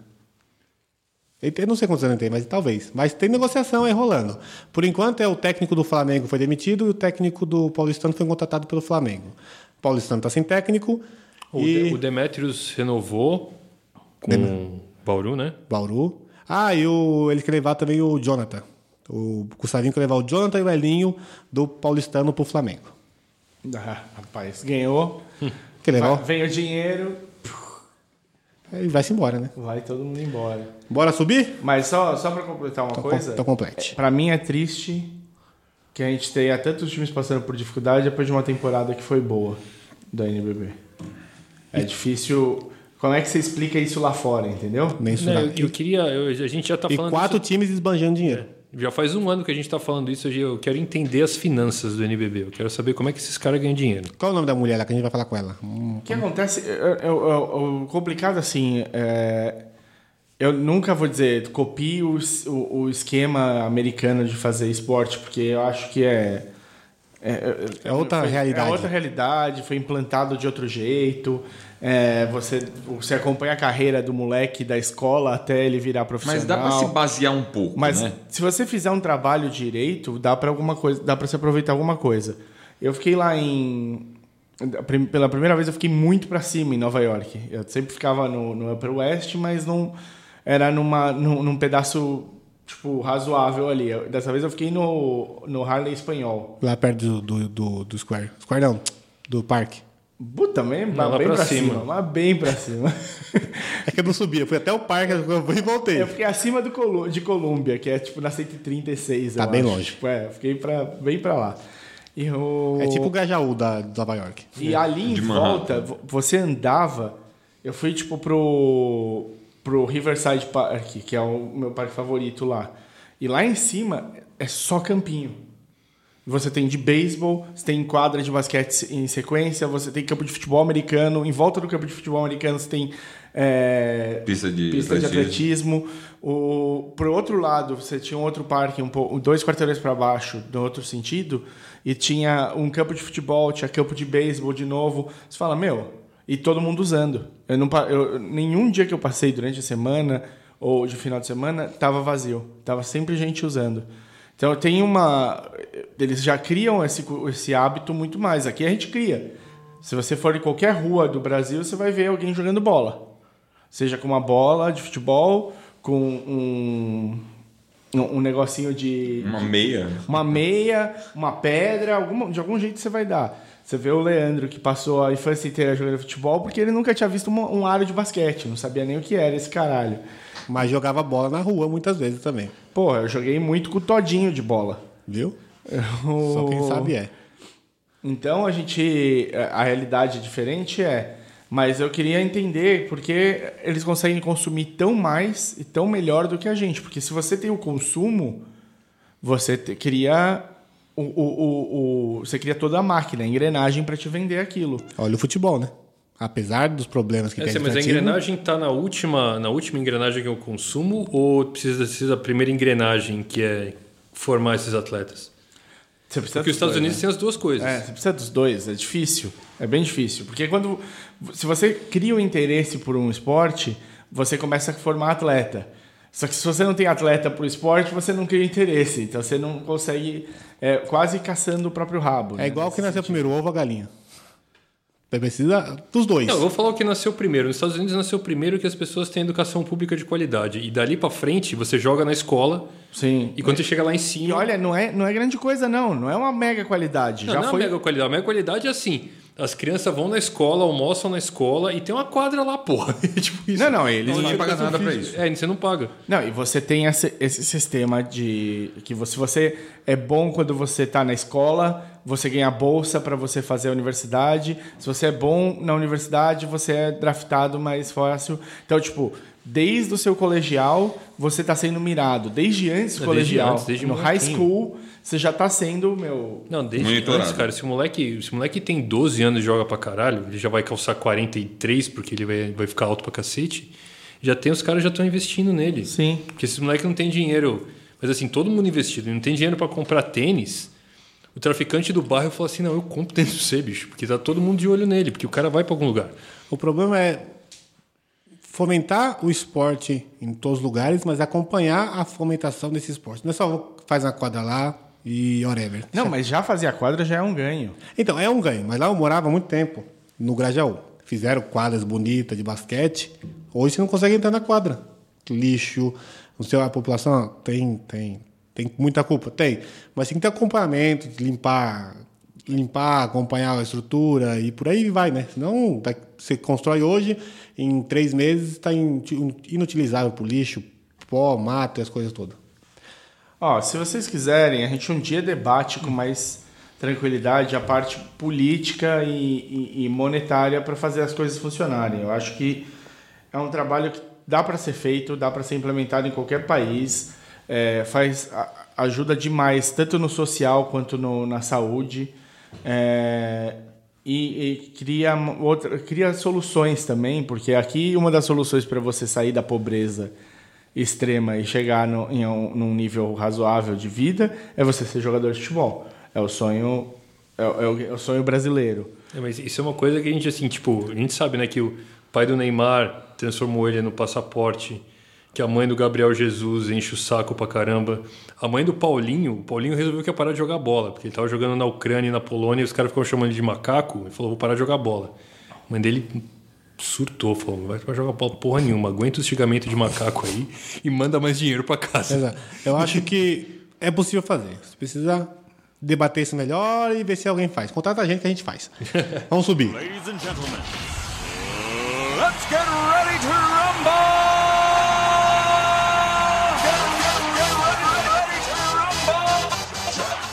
Speaker 1: Ele tem- Eu não sei quantos anos ele tem, mas talvez. Mas tem negociação aí rolando. Por enquanto, é o técnico do Flamengo foi demitido e o técnico do Paulistano foi contratado pelo Flamengo. O Paulistano tá sem técnico.
Speaker 4: O,
Speaker 1: e...
Speaker 4: De- o Demetrius renovou com o Bauru, né?
Speaker 1: Bauru. Ah, e o, ele quer levar também o Jonathan. O Gustavinho quer levar o Jonathan e o Elinho do Paulistano pro Flamengo.
Speaker 3: Ah, rapaz, ganhou.
Speaker 1: Quer levar?
Speaker 3: Vai- Vem o dinheiro,
Speaker 1: E vai-se embora, né?
Speaker 3: vai todo mundo embora.
Speaker 1: Bora subir?
Speaker 3: Mas só, só pra completar uma
Speaker 1: Então, com-
Speaker 3: coisa,
Speaker 1: então complete.
Speaker 3: pra mim é triste que a gente tenha tantos times passando por dificuldade depois de uma temporada que foi boa da NBB. É difícil... Como é que você explica isso lá fora, entendeu?
Speaker 1: Nem
Speaker 4: Não,
Speaker 1: estudar.
Speaker 4: Né, eu, eu queria. eu- a gente já tá
Speaker 1: É né? E
Speaker 4: falando.
Speaker 1: quatro times esbanjando dinheiro.
Speaker 4: isso- já faz um ano que a gente tá falando isso. Eu quero entender as finanças do NBB. Eu quero saber como é que esses caras ganham dinheiro.
Speaker 1: Qual é o nome da mulher lá que a gente vai falar com ela? Hum,
Speaker 3: O que acontece, é, é- é- o- o complicado assim, é, eu nunca vou dizer copie o, es- o, o esquema americano de fazer esporte, porque eu acho que é... É,
Speaker 1: É outra
Speaker 3: foi-
Speaker 1: realidade.
Speaker 3: É outra realidade, foi implantado de outro jeito. é, você, você acompanha a carreira do moleque da escola até ele virar profissional.
Speaker 2: Mas dá pra se basear um pouco,
Speaker 3: Mas
Speaker 2: né?
Speaker 3: se você fizer um trabalho direito, dá para alguma coisa, dá para se aproveitar alguma coisa. Eu fiquei lá em prim- pela primeira vez eu fiquei muito para cima em Nova York. Eu sempre ficava no, no Upper West, mas não era numa num, num pedaço tipo razoável ali. Eu- dessa vez eu fiquei no no Harley espanhol.
Speaker 1: lá perto do, do, do, do Square. Square não, do parque.
Speaker 3: Puta, bem,
Speaker 4: Não, lá
Speaker 3: bem
Speaker 4: pra
Speaker 3: para
Speaker 4: cima.
Speaker 3: cima. mas bem para cima.
Speaker 1: É que eu não subia, fui até o parque eu fui e voltei.
Speaker 3: Eu fiquei acima do Colu- de Colômbia, que é tipo na 136.
Speaker 1: Tá
Speaker 3: eu
Speaker 1: bem
Speaker 3: acho.
Speaker 1: longe.
Speaker 3: Tipo, é, eu fiquei pra, bem pra lá. E o-
Speaker 1: É tipo o Gajaú da, de Nova York.
Speaker 3: E ali em
Speaker 2: de
Speaker 3: volta, vo- você andava. Eu fui tipo pro, pro Riverside Park, que é o meu parque favorito lá. E lá em cima é só campinho. Você tem de beisebol, você tem quadra de basquete se- em sequência, você tem campo de futebol americano. Em volta do campo de futebol americano você tem é,
Speaker 2: Pista de
Speaker 3: pista de
Speaker 2: atletismo.
Speaker 3: atletismo. O pro outro lado, você tinha um outro parque um pouco, dois quarteirões para baixo, no outro sentido, e tinha um campo de futebol, tinha campo de beisebol de novo. Você fala, meu, e todo mundo usando. Eu não, pa- eu, nenhum dia que eu passei durante a semana ou de final de semana tava vazio, tava sempre gente usando. Então tem uma, eles já criam esse, cu- esse hábito muito mais. Aqui a gente cria. Se você for em qualquer rua do Brasil, você vai ver alguém jogando bola seja com uma bola de futebol, com um, um, um negocinho de
Speaker 2: Uma meia.
Speaker 3: uma meia, uma pedra, alguma, de algum jeito você vai dar. Você vê o Leandro que passou a infância inteira jogando futebol porque ele nunca tinha visto uma- um aro de basquete, não sabia nem o que era esse caralho.
Speaker 1: Mas jogava bola na rua muitas vezes também.
Speaker 3: Porra, eu joguei muito com o Todinho de bola.
Speaker 1: Viu? Só quem sabe é.
Speaker 3: Então a gente. A realidade diferente é. Mas eu queria entender porque eles conseguem consumir tão mais e tão melhor do que a gente. Porque se você tem o consumo, você te- cria o, o, o, o- você cria toda a máquina, a engrenagem para te vender aquilo.
Speaker 1: Olha o futebol, né? Apesar dos problemas que
Speaker 4: É,
Speaker 1: tem
Speaker 4: sim, mas a
Speaker 1: Infantino,
Speaker 4: engrenagem tá na última, na última engrenagem que eu consumo ou precisa, precisa da primeira engrenagem que é formar esses atletas?
Speaker 3: Você precisa
Speaker 4: Porque
Speaker 3: dos dois,
Speaker 4: os Estados Unidos
Speaker 3: né?
Speaker 4: têm as duas coisas.
Speaker 3: É, você precisa dos dois, é difícil. É bem difícil. Porque quando. Se você cria o interesse por um esporte, você começa a formar atleta. Só que se você não tem atleta pro esporte, você não cria interesse. Então você não consegue. É quase caçando o próprio rabo. né?
Speaker 1: É igual que nasceu primeiro, o ovo ou a galinha. Você precisa dos dois.
Speaker 4: Não, eu vou falar o que nasceu primeiro. Nos Estados Unidos nasceu primeiro que as pessoas têm educação pública de qualidade. E dali pra frente, você joga na escola
Speaker 3: Sim.
Speaker 4: e quando você chega lá em
Speaker 3: E
Speaker 4: cima...
Speaker 3: olha, não é, não é grande coisa, não. Não é uma mega qualidade.
Speaker 4: Não,
Speaker 3: Já
Speaker 4: não é
Speaker 3: foi.
Speaker 4: mega qualidade. A mega qualidade é assim. As crianças vão na escola, almoçam na escola e tem uma quadra lá, porra. tipo isso.
Speaker 3: Não, não, eles
Speaker 2: Ninguém paga nada pra isso.
Speaker 4: É, você não paga.
Speaker 3: Não, e você tem esse, esse sistema de que você, você é bom quando você está na escola, você ganha bolsa para você fazer a universidade. Se você é bom na universidade, você é draftado mais fácil. Então, tipo, desde o seu colegial, você está sendo mirado. Desde antes do
Speaker 4: Desde
Speaker 3: colegial,
Speaker 4: antes, desde
Speaker 3: no high
Speaker 4: molequinho.
Speaker 3: school, você já está sendo, meu...
Speaker 4: Não, desde
Speaker 2: Monitorado.
Speaker 4: antes, cara. Se o, moleque, se o moleque tem 12 anos e joga pra caralho, ele já vai calçar 43 porque ele vai, vai ficar alto pra cacete. Já tem, os caras já estão investindo nele.
Speaker 3: Sim.
Speaker 4: Porque esses moleques não tem dinheiro. Mas assim, todo mundo investido, não tem dinheiro pra comprar tênis. O traficante do bairro fala assim: não, eu compro tênis pra você, bicho. Porque tá todo mundo de olho nele, porque o cara vai pra algum lugar.
Speaker 1: O problema é fomentar o esporte em todos os lugares, mas acompanhar a fomentação desse esporte. Não é só faz uma quadra lá e whatever.
Speaker 3: Não, mas já fazer a quadra já é um ganho.
Speaker 1: Então, é um ganho. Mas lá eu morava há muito tempo, no Grajaú. Fizeram quadras bonitas de basquete. Hoje você não consegue entrar na quadra. Lixo. O seu, a população ó, tem, tem, tem muita culpa. Tem. Mas tem que ter acompanhamento, de limpar, limpar, acompanhar a estrutura e por aí vai, né? Senão da- você constrói hoje, em três meses está inutilizável por lixo, pó, mato e as coisas todas.
Speaker 3: Ó, se vocês quiserem, a gente um dia debate com mais tranquilidade a parte política e, e- e monetária para fazer as coisas funcionarem. Eu acho que é um trabalho que dá para ser feito, dá para ser implementado em qualquer país, é, faz a- ajuda demais tanto no social quanto no- na saúde. É, e, e cria, mo- outra, cria soluções também, porque aqui uma das soluções para você sair da pobreza extrema e chegar no, em um, num nível razoável de vida é você ser jogador de futebol. É o sonho, é, o- é o, é o sonho brasileiro.
Speaker 4: É, mas isso é uma coisa que a gente, assim, tipo, a gente sabe, né, que o pai do Neymar transformou ele no passaporte, que a mãe do Gabriel Jesus enche o saco pra caramba. A mãe do Paulinho, o Paulinho resolveu que ia parar de jogar bola, porque ele tava jogando na Ucrânia e na Polônia, e os caras ficavam chamando ele de macaco, e falou, vou parar de jogar bola. A mãe dele surtou, falou, não vai pra jogar bola porra nenhuma, aguenta o estigamento de macaco aí e manda mais dinheiro pra casa.
Speaker 1: Exato. é. Eu acho que é possível fazer. Você precisa debater isso melhor e ver se alguém faz. Contrata a gente que a gente faz. Vamos subir.
Speaker 6: Ladies and gentlemen, let's get ready to rumble! Get, get, get ready, ready to rumble!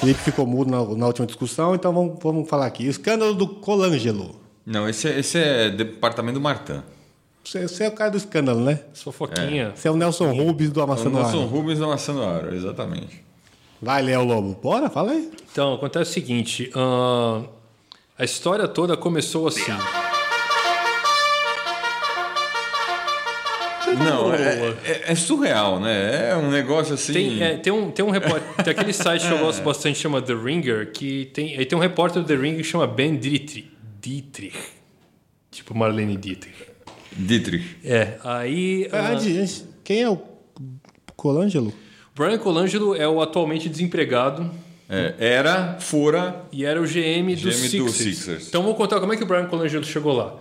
Speaker 1: Felipe ficou mudo na, na última discussão, então vamos, vamos falar aqui. Escândalo do Colangelo.
Speaker 2: Não, esse é, esse é departamento do Martin.
Speaker 1: Você, você é o cara do escândalo, né?
Speaker 4: Só foquinha.
Speaker 1: Você é o Nelson Rubens do
Speaker 2: O
Speaker 1: Amassando
Speaker 6: É
Speaker 2: Nelson
Speaker 1: Nelson...
Speaker 2: Rubens amassando a aro, exatamente.
Speaker 1: Vai, Léo Lobo. Bora, fala aí.
Speaker 4: Então, acontece o seguinte: ahn, a história toda começou assim.
Speaker 2: Não, é, é- é surreal, né? É um negócio assim.
Speaker 4: Tem, é, tem um, tem um repórter, tem aquele site que eu gosto bastante, chama The Ringer, que tem, aí tem um repórter do The Ringer que chama Ben Dietrich. Dietrich. Tipo Marlene Dietrich.
Speaker 2: Dietrich.
Speaker 4: É, aí...
Speaker 1: Ah,
Speaker 4: ah,
Speaker 1: antes- antes, quem é o Colangelo?
Speaker 4: Brian Colangelo é o atualmente desempregado
Speaker 2: É, era, fora.
Speaker 4: e era o GM, do,
Speaker 2: GM do
Speaker 4: Sixers.
Speaker 2: Sixers.
Speaker 4: Então vou contar como é que o Brian Colangelo chegou lá.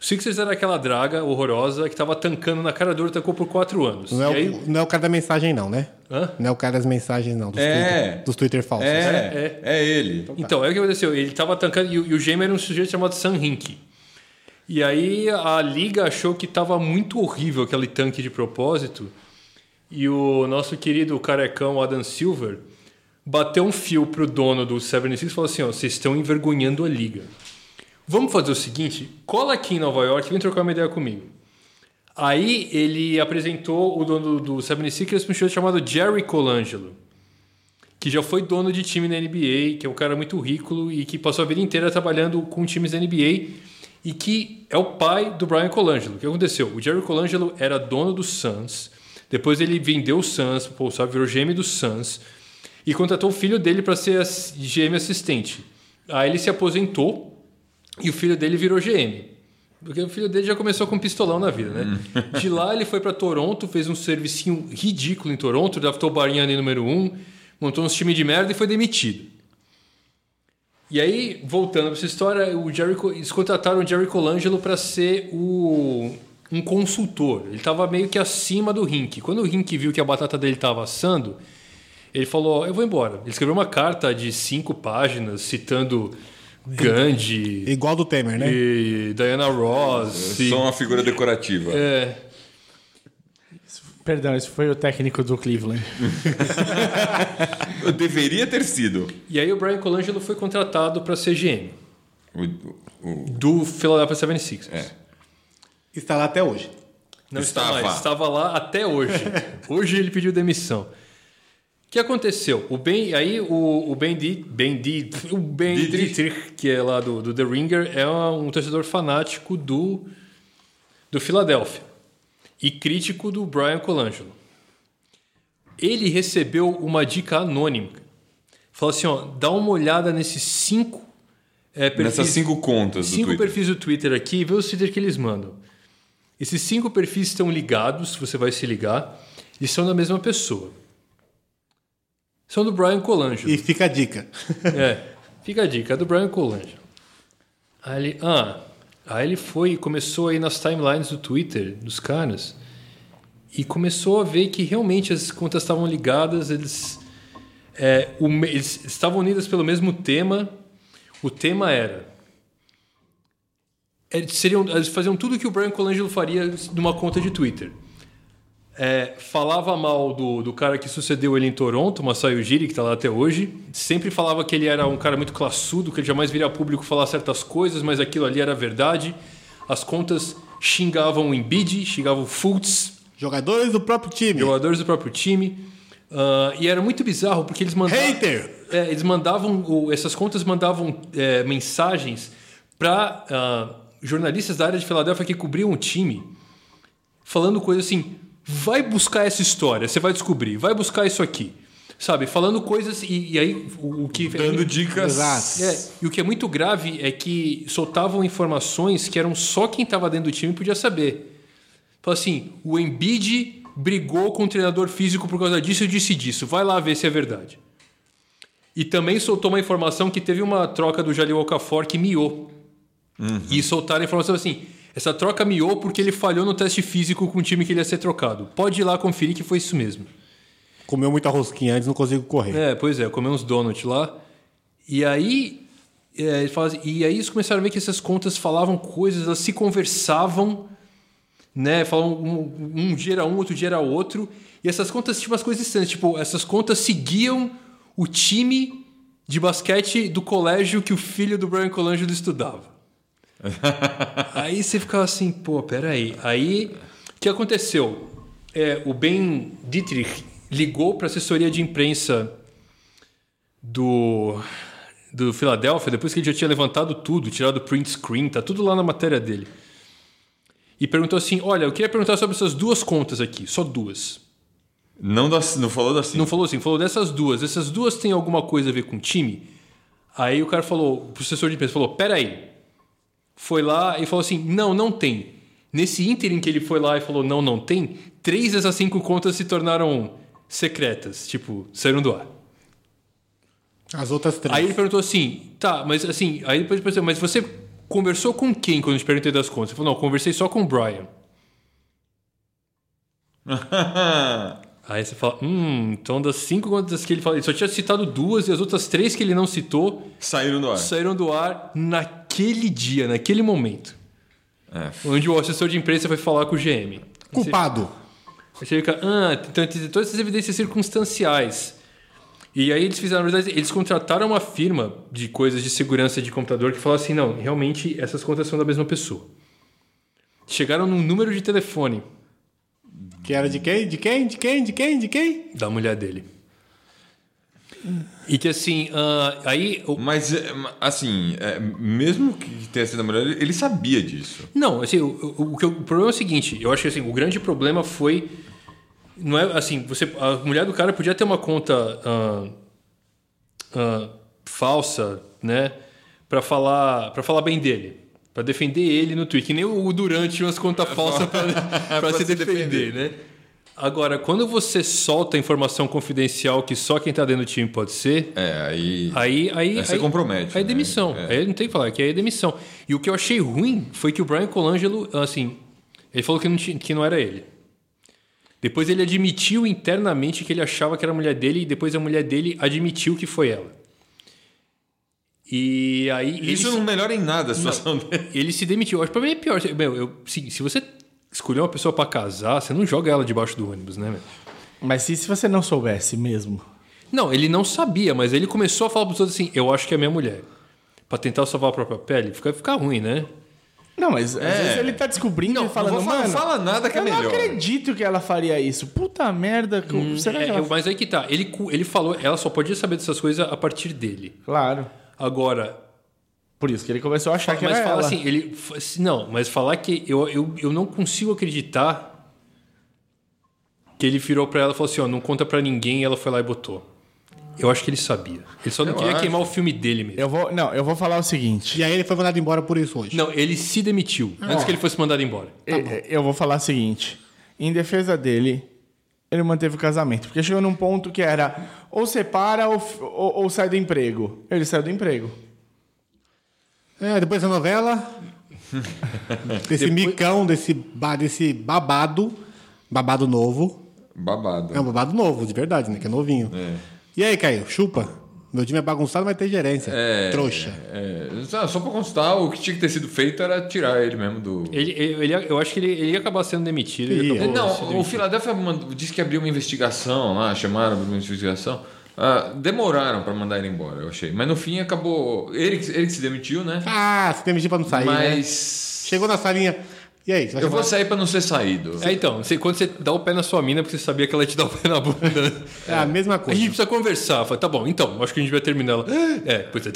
Speaker 4: O Sixers era aquela draga horrorosa que tava tancando na cara dura, tancou por quatro anos.
Speaker 1: Não é,
Speaker 4: e aí,
Speaker 1: o, não é o cara da mensagem, não, né?
Speaker 4: Hã?
Speaker 1: Não é o cara das mensagens, não. Dos,
Speaker 2: É.
Speaker 1: Twitter, dos Twitter falsos.
Speaker 2: É, é, ele.
Speaker 4: Então, é o que aconteceu. Ele tava tancando e, o- e o gêmeo era um sujeito chamado Sam Hink. E aí a liga achou que tava muito horrível aquele tanque de propósito. E o nosso querido carecão Adam Silver bateu um fio pro dono do 76 e falou assim: ó, vocês estão envergonhando a liga. Vamos fazer o seguinte: cola aqui em Nova York e vem trocar uma ideia comigo. Aí ele apresentou o dono do 76ers para um sujeito chamado Jerry Colangelo que já foi dono de time na NBA, que é um cara muito rico e que passou a vida inteira trabalhando com times da NBA e que é o pai do Brian Colangelo. O que aconteceu? O Jerry Colangelo era dono do Suns, depois ele vendeu o Suns, pô, sabe, virou GM do Suns e contratou o filho dele para ser as- GM assistente. Aí ele se aposentou e o filho dele virou GM. Porque o filho dele já começou com um pistolão na vida, né? De lá ele foi para Toronto, fez um servicinho ridículo em Toronto, draftou o Bargnani número um, montou uns times de merda e foi demitido. E aí, voltando para essa história, o Jerry, Co- eles contrataram o Jerry Colangelo para ser o, um consultor. Ele estava meio que acima do Rink. Quando o Rink viu que a batata dele estava assando, ele falou: Eu vou embora. Ele escreveu uma carta de cinco páginas citando Gandhi
Speaker 1: Igual do Temer, né?
Speaker 4: e Diana Ross. e-
Speaker 2: Só uma figura decorativa.
Speaker 4: é,
Speaker 3: Perdão, esse foi o técnico do Cleveland.
Speaker 2: Eu Deveria ter sido.
Speaker 4: e aí o Brian Colangelo foi contratado para ser GM
Speaker 2: O- o- o-
Speaker 4: do Philadelphia 76ers.
Speaker 1: Está lá até hoje.
Speaker 4: Não estava.
Speaker 2: Estava.
Speaker 4: mais, estava lá até hoje. hoje ele pediu demissão. O que aconteceu? O Ben, aí o, o Ben Di- Ben Di- o Ben
Speaker 2: Dietrich.
Speaker 4: Dietrich, que é lá do, do The Ringer, é um torcedor fanático do do Philadelphia e crítico do Brian Colangelo. Ele recebeu uma dica anônima. Falou assim, ó, dá uma olhada nesses cinco é, perfis
Speaker 2: nessas cinco contas do
Speaker 4: cinco
Speaker 2: Twitter.
Speaker 4: perfis do Twitter aqui e vê os Twitter que eles mandam. Esses cinco perfis estão ligados, você vai se ligar, e são da mesma pessoa. São do Brian Colangelo.
Speaker 1: E fica a dica.
Speaker 4: É, fica a dica, é do Brian Colangelo. Aí ele, ah, aí ele foi e começou aí nas timelines do Twitter dos caras e começou a ver que realmente as contas estavam ligadas, eles, é, o me- eles estavam unidas pelo mesmo tema. O tema era eles, seriam, eles faziam tudo que o Brian Colangelo faria numa conta de Twitter. É, falava mal do, do cara que sucedeu ele em Toronto, Masai Ujiri, que está lá até hoje. Sempre falava que ele era um cara muito classudo, que ele jamais viria a público falar certas coisas, mas aquilo ali era verdade. As contas xingavam o Embiid, xingavam o Fultz,
Speaker 1: Jogadores do próprio time.
Speaker 4: jogadores do próprio time. Ah, e era muito bizarro, porque eles mandavam...
Speaker 1: Hater!
Speaker 4: É, eles mandavam... o- Essas contas mandavam é, mensagens para jornalistas da área de Filadélfia que cobriam o time, falando coisas assim... Vai buscar essa história, você vai descobrir. Vai buscar isso aqui. Sabe? Falando coisas... E, e aí, o, o que...
Speaker 2: Dando dicas.
Speaker 1: Exato.
Speaker 4: É, e o que é muito grave é que soltavam informações que eram só quem estava dentro do time podia saber. Falou assim: o Embiid brigou com o treinador físico por causa disso e disse disso. Vai lá ver se é verdade. E também soltou uma informação que teve uma troca do Jalil Okafor que miou. E soltaram a informação assim: essa troca miou porque ele falhou no teste físico com o time que ele ia ser trocado. Pode ir lá conferir que foi isso mesmo.
Speaker 1: Comeu muita rosquinha antes, não consigo correr.
Speaker 4: É, pois é, comer uns donuts lá. E aí, é, ele fala assim- e aí eles começaram a ver que essas contas falavam coisas, elas se conversavam, né? Falavam um, um dia era um, outro dia era outro. E essas contas tinham umas coisas estranhas. Tipo, essas contas seguiam o time de basquete do colégio que o filho do Brian Colangelo estudava. Aí você ficava assim, pô, peraí. Aí, o que aconteceu? É, o Ben Dietrich ligou para a assessoria de imprensa do, do Philadelphia, depois que ele já tinha levantado tudo, tirado o print screen, tá tudo lá na matéria dele. E perguntou assim, olha, eu queria perguntar sobre essas duas contas aqui, só duas.
Speaker 2: Não, das, não falou das cinco.
Speaker 4: Não falou assim, falou dessas duas. Essas duas têm alguma coisa a ver com o time? Aí o cara falou, o professor de imprensa falou, peraí. Foi lá e falou assim, não, não tem. Nesse ínterim que ele foi lá e falou, não, não tem, três dessas cinco contas se tornaram secretas, tipo, saíram do ar.
Speaker 1: As outras três.
Speaker 4: Aí ele perguntou assim, tá, mas assim, aí depois ele perguntou, mas você conversou com quem quando eu te perguntei das contas? Ele falou, não, conversei só com o Brian. Aí você fala, hum, então das cinco contas que ele falou, ele só tinha citado duas e as outras três que ele não citou
Speaker 2: Saíram do ar.
Speaker 4: saíram do ar naquele dia, naquele momento.
Speaker 2: É.
Speaker 4: Onde o assessor de imprensa foi falar com o GM.
Speaker 1: Culpado.
Speaker 4: Aí Você fica, ah, então tem todas essas evidências circunstanciais. E aí eles fizeram, na verdade, eles contrataram uma firma de coisas de segurança de computador que falou assim, não, realmente essas contas são da mesma pessoa. Chegaram num número de telefone
Speaker 1: Que era de quem? De quem? De quem? De quem? De quem?
Speaker 4: da mulher dele. E que assim, ah, aí. o-
Speaker 2: Mas, é, ma- assim, é, mesmo que tenha sido a mulher, ele ele sabia disso.
Speaker 4: Não, assim, o, o, o que eu- o problema é o seguinte: eu acho que assim, o grande problema foi. Não é assim, você, a mulher do cara podia ter uma conta ah, ah, falsa, né? Pra falar, pra falar bem dele. Pra defender ele no Twitter. Que nem o Durante tinha umas contas falsas pra, pra
Speaker 2: Pra
Speaker 4: se
Speaker 2: se
Speaker 4: defender,
Speaker 2: defender.
Speaker 4: né? Agora, quando você solta informação confidencial que só quem tá dentro do time pode ser,
Speaker 2: É, aí.
Speaker 4: Aí, aí,
Speaker 2: Aí você
Speaker 4: aí,
Speaker 2: compromete,
Speaker 4: Aí
Speaker 2: né?
Speaker 4: é demissão.
Speaker 2: É.
Speaker 4: Aí não tem o que falar, que aí é demissão. E o que eu achei ruim foi que o Brian Colangelo, assim, ele falou que não, tinha- que não era ele. Depois ele admitiu internamente que ele achava que era a mulher dele e depois a mulher dele admitiu que foi ela. E aí ele
Speaker 2: Isso
Speaker 4: se-
Speaker 2: não melhora em nada a situação dele.
Speaker 4: ele se demitiu. Eu Acho que pra mim é pior. Meu, eu, se, se você escolher uma pessoa pra casar, você não joga ela debaixo do ônibus, né, meu?
Speaker 3: Mas se, se você não soubesse mesmo?
Speaker 4: Não, ele não sabia, mas ele começou a falar pros outros assim: eu acho que é minha mulher. Pra tentar salvar a própria pele, fica, fica ruim, né?
Speaker 3: Não, mas às vezes ele tá descobrindo
Speaker 4: Não,
Speaker 3: e falando,
Speaker 2: É. não vou falar-
Speaker 3: mano...
Speaker 2: fala nada que é
Speaker 3: eu não
Speaker 2: melhor." Hum,
Speaker 3: acredito que ela faria isso. Puta merda. co- será
Speaker 4: É,
Speaker 3: que ela...
Speaker 4: eu- mas aí que tá. Ele, cu- ele falou, ela só podia saber dessas coisas a partir dele.
Speaker 3: Claro.
Speaker 4: Agora,
Speaker 3: Por isso que ele começou a achar que
Speaker 4: mas
Speaker 3: era
Speaker 4: falar
Speaker 3: ela.
Speaker 4: assim, ele. fa- se- Não, mas falar que eu, eu, eu não consigo acreditar que ele virou pra ela e falou assim: ó, não conta pra ninguém, e ela foi lá e botou. Eu acho que ele sabia. Ele só não
Speaker 2: Eu
Speaker 4: queria
Speaker 2: acho.
Speaker 4: queimar o filme dele mesmo.
Speaker 3: Eu vou, não, eu vou falar o seguinte.
Speaker 1: E aí ele foi mandado embora por isso hoje.
Speaker 4: Não, ele se demitiu antes que ele fosse mandado embora.
Speaker 2: Tá
Speaker 3: eu, eu vou falar o seguinte. Em defesa dele, ele manteve o casamento. Porque chegou num ponto que era ou separa ou, f- ou- ou sai do emprego. Ele saiu do emprego.
Speaker 1: É, depois da novela, desse micão, desse, ba- desse babado, babado novo.
Speaker 2: Babado.
Speaker 1: É um babado novo, de verdade, né? Que é novinho. E aí, Caio, chupa. Meu time é bagunçado, vai ter gerência. Trouxa.
Speaker 2: É, só só pra constar, o que tinha que ter sido feito era tirar ele mesmo do.
Speaker 4: Ele, ele- ele- eu acho que ele, ele ia acabar sendo demitido.
Speaker 1: Ia.
Speaker 4: Ele acabou se
Speaker 2: É, Não, o
Speaker 4: demitindo.
Speaker 2: Philadelphia mandou- disse que abriu uma investigação lá, chamaram para uma investigação. Ah, demoraram para mandar ele embora, eu achei. Mas no fim acabou. Ele, que- ele que se demitiu, né?
Speaker 1: Ah, se demitiu pra não sair, né?
Speaker 2: Mas.
Speaker 1: Chegou na salinha. E aí, você vai
Speaker 2: Eu vou
Speaker 1: chamar-
Speaker 2: sair para não ser saído.
Speaker 4: É, então, você- quando você dá o pé na sua mina, porque você sabia que ela ia te dar o pé na bunda.
Speaker 1: É a mesma
Speaker 4: A gente
Speaker 1: coisa.
Speaker 4: precisa conversar. Fala, tá bom, então, acho que a gente vai terminar ela. É, pois é.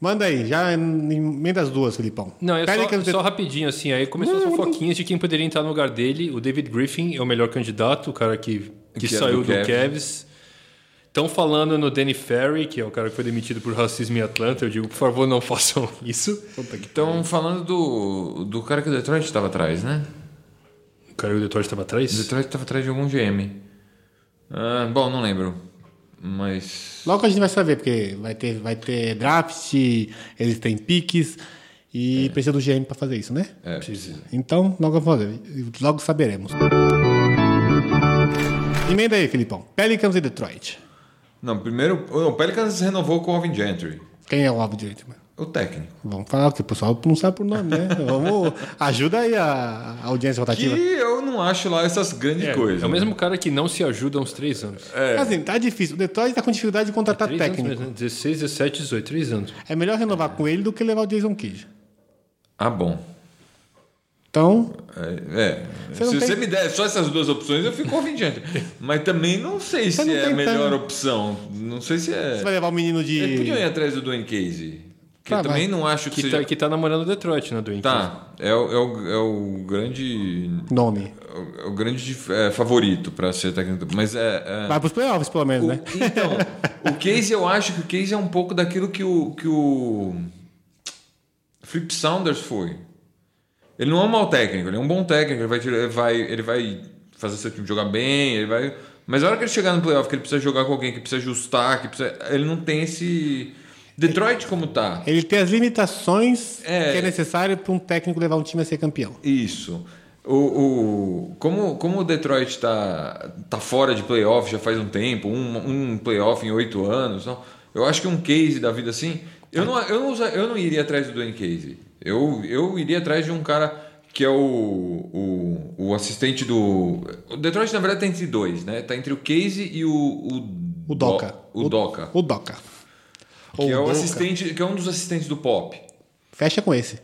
Speaker 1: Manda aí, já em- emenda as duas, Filipão.
Speaker 4: Não, é
Speaker 1: Pera aí
Speaker 4: só,
Speaker 1: que eu não sei-
Speaker 4: só rapidinho, assim. Aí começou as fofoquinhas de quem poderia entrar no lugar dele. O David Griffin é o melhor candidato, o cara que, que,
Speaker 2: Que é do
Speaker 4: saiu do
Speaker 2: Cavs.
Speaker 4: Cavs. Estão falando no Danny Ferry, que é o cara que foi demitido por racismo em Atlanta. Eu digo, por favor, não façam isso.
Speaker 2: Então, falando do, do cara que o Detroit estava atrás, né?
Speaker 4: O cara do Detroit estava
Speaker 2: O
Speaker 4: atrás?
Speaker 2: Detroit estava atrás de algum GM. Ah, bom, não lembro. Mas.
Speaker 1: Logo a gente vai saber, porque vai ter, vai ter draft, eles têm piques e precisa do GM pra fazer isso, né?
Speaker 2: É,
Speaker 1: Então, logo, eu vou fazer, logo saberemos. Emenda aí, Filipão. Pelicans e Detroit.
Speaker 2: não, primeiro. O Pelicans renovou com o Alvin Gentry,
Speaker 1: Quem é o óbvio direito, mano?
Speaker 2: o técnico.
Speaker 1: Vamos falar, porque o pessoal não sabe por nome, né? Vamos. Ajuda aí a, a audiência
Speaker 2: Que
Speaker 1: rotativa.
Speaker 2: eu não acho lá essas grandes
Speaker 4: É,
Speaker 2: coisas.
Speaker 4: é o mesmo cara que não se ajuda há uns três anos.
Speaker 2: É.
Speaker 1: Assim, tá difícil. O Detroit tá com dificuldade de contratar
Speaker 4: Três anos
Speaker 1: técnico.
Speaker 4: mesmo, né? 16, 17, 18, três anos.
Speaker 1: É melhor renovar com ele do que levar o Jason Kidd.
Speaker 2: Ah, bom.
Speaker 1: Então,
Speaker 2: É. é.
Speaker 1: Você
Speaker 2: se
Speaker 1: não
Speaker 2: você
Speaker 1: tem-
Speaker 2: me der só essas duas opções, eu fico convidante. Mas também não sei se
Speaker 1: não
Speaker 2: é a
Speaker 1: tem
Speaker 2: melhor
Speaker 1: tanto.
Speaker 2: opção. Não sei se é.
Speaker 1: você vai levar o menino
Speaker 2: Eles podiam ir
Speaker 1: de.
Speaker 2: atrás do Dwayne Casey. Que
Speaker 1: Tá,
Speaker 2: eu também
Speaker 1: vai.
Speaker 2: não acho que,
Speaker 4: Que,
Speaker 2: seja.
Speaker 4: tá, que tá namorando o Detroit, né, Dwayne?
Speaker 2: Tá, é o, é o, é o grande.
Speaker 1: Nome.
Speaker 2: é o- é o grande dif- é, favorito pra ser técnico. Mas é. é-
Speaker 1: Vai pros playoffs, pelo menos,
Speaker 2: o-
Speaker 1: né?
Speaker 2: então, o Casey, eu acho que o Casey é um pouco daquilo que o. Que o Flip Saunders foi. Ele não é um mau técnico, ele é um bom técnico, ele vai, tirar- ele vai, ele vai fazer seu time jogar bem, ele vai. Mas a hora que ele chegar no playoff, que ele precisa jogar com alguém, que precisa ajustar, que precisa. Ele não tem esse. Detroit como tá.
Speaker 1: Ele tem as limitações
Speaker 2: É.
Speaker 1: que é necessário pra um técnico levar um time a ser campeão.
Speaker 2: Isso. O, o- como, como o Detroit tá, tá fora de playoff já faz um tempo, um, um playoff em oito anos, não, eu acho que um case da vida assim. Eu não, eu não, usa- eu não iria atrás do Dwayne Casey. Eu, eu iria atrás de um cara que é o, o, o assistente do. O Detroit, na verdade, tá entre dois, né? Tá entre o Casey e o. O,
Speaker 1: O Doca.
Speaker 2: O, Doca.
Speaker 1: O Doca.
Speaker 2: que é o
Speaker 1: Doca.
Speaker 2: assistente. Que é um dos assistentes do Pop.
Speaker 1: Fecha com esse.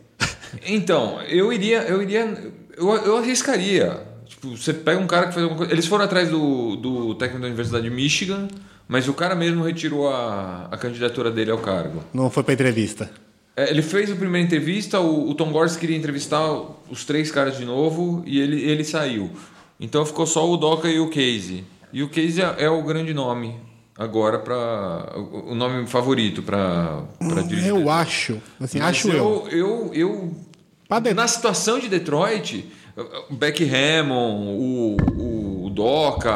Speaker 2: Então, eu iria, eu iria, eu, eu arriscaria. Tipo, Tipo, você pega um cara que faz alguma coisa. Eles foram atrás do, do técnico da Universidade de Michigan, mas o cara mesmo retirou a, a candidatura dele ao cargo.
Speaker 1: Não foi pra entrevista.
Speaker 2: É, ele fez a primeira entrevista, o, o Tom Gorse queria entrevistar os três caras de novo e ele, ele saiu. Então ficou só o Doca e o Casey. E o Casey é, é o grande nome agora para o o nome favorito para dirigir.
Speaker 1: Eu acho. Assim,
Speaker 2: Mas
Speaker 1: acho
Speaker 2: é
Speaker 1: eu.
Speaker 2: Eu, eu,
Speaker 1: Pra dentro.
Speaker 2: na situação de Detroit, o Beck Hammond, o, o, o Doca,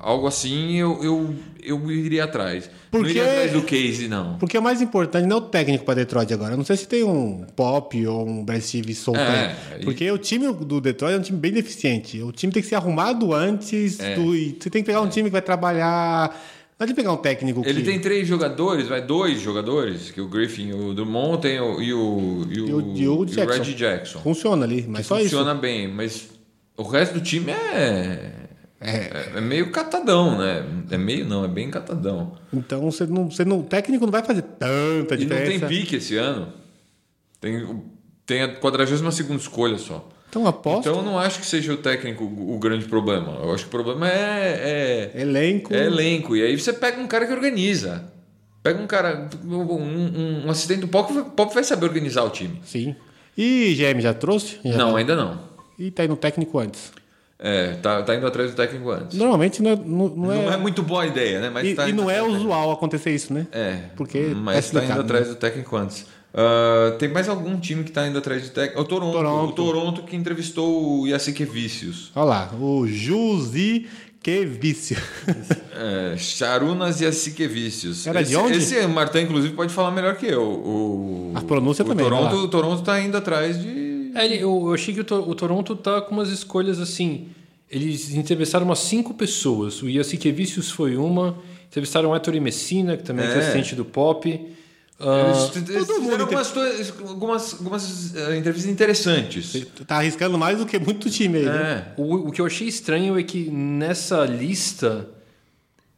Speaker 2: algo assim, eu, eu, eu iria atrás. não
Speaker 1: Porque-
Speaker 2: iria atrás do Casey, não.
Speaker 1: Porque o mais importante não é o técnico pra Detroit agora. Eu Não sei se tem um Pop ou um Brad Stevens soltando.
Speaker 2: É, e-
Speaker 1: Porque o time do Detroit é um time bem deficiente. O time tem que ser arrumado antes.
Speaker 2: É.
Speaker 1: Do... e Você tem que pegar um time que vai trabalhar. Não adianta pegar um técnico
Speaker 2: Ele
Speaker 1: que...
Speaker 2: tem três jogadores, vai dois jogadores, que o Griffin e o Drummond tem o, e o, e o,
Speaker 1: E o- e o
Speaker 2: e o
Speaker 1: Jackson.
Speaker 2: Reggie Jackson.
Speaker 1: Funciona ali, mas só
Speaker 2: Funciona bem, mas o resto do time é, é. É meio catadão, né? É meio não, é bem catadão.
Speaker 1: isso. Então você não, você não, o técnico não vai fazer tanta
Speaker 2: E não
Speaker 1: diferença.
Speaker 2: tem pique esse ano. Tem, tem a 42 segunda escolha só.
Speaker 1: Então aposta.
Speaker 2: Então eu não acho que seja o técnico o grande problema. Eu acho que o problema é- é,
Speaker 1: elenco.
Speaker 2: É elenco. E aí você pega um cara que organiza. Pega um cara, um, um- um assistente do Pop, o Pop vai saber organizar o time.
Speaker 1: Sim. E GM já trouxe? Já
Speaker 2: Não, ainda não.
Speaker 1: E tá indo técnico antes.
Speaker 2: É, tá, tá indo atrás do técnico antes.
Speaker 1: Normalmente não é. Não, não
Speaker 2: Não,
Speaker 1: é,
Speaker 2: é muito boa a ideia, né? Mas
Speaker 1: e,
Speaker 2: tá
Speaker 1: e não é
Speaker 2: atrás do técnico.
Speaker 1: usual acontecer isso, né?
Speaker 2: É,
Speaker 1: Porque é
Speaker 2: mas tá
Speaker 1: explicado,
Speaker 2: indo
Speaker 1: né?
Speaker 2: atrás do técnico antes. Ah, tem mais algum time que tá indo atrás do técnico? O Toronto,
Speaker 1: Toronto.
Speaker 2: O Toronto que entrevistou o Yasikevicius.
Speaker 1: Olha lá, o Juzi que vício.
Speaker 2: É, Charunas Yasikevicius.
Speaker 1: Era
Speaker 2: esse,
Speaker 1: de onde?
Speaker 2: Esse Martin, inclusive, pode falar melhor que eu. O,
Speaker 1: A pronúncia
Speaker 2: o
Speaker 1: também, vai
Speaker 2: Toronto,
Speaker 1: lá.
Speaker 2: o Toronto tá indo atrás de...
Speaker 4: É, ele- eu, eu achei que o, To- o Toronto tá com umas escolhas assim. Eles entrevistaram umas cinco pessoas. O Iasikevicius foi uma. Entrevistaram o Ettore Messina, que também é,
Speaker 2: É.
Speaker 4: assistente do pop. Ah,
Speaker 2: Eles, eles
Speaker 1: todo mundo
Speaker 2: fizeram algumas, coisas- algumas, algumas, eh, entrevistas interessantes.
Speaker 1: Tá arriscando mais do que muito time aí. né?
Speaker 2: É.
Speaker 4: o, o que eu achei estranho é que nessa lista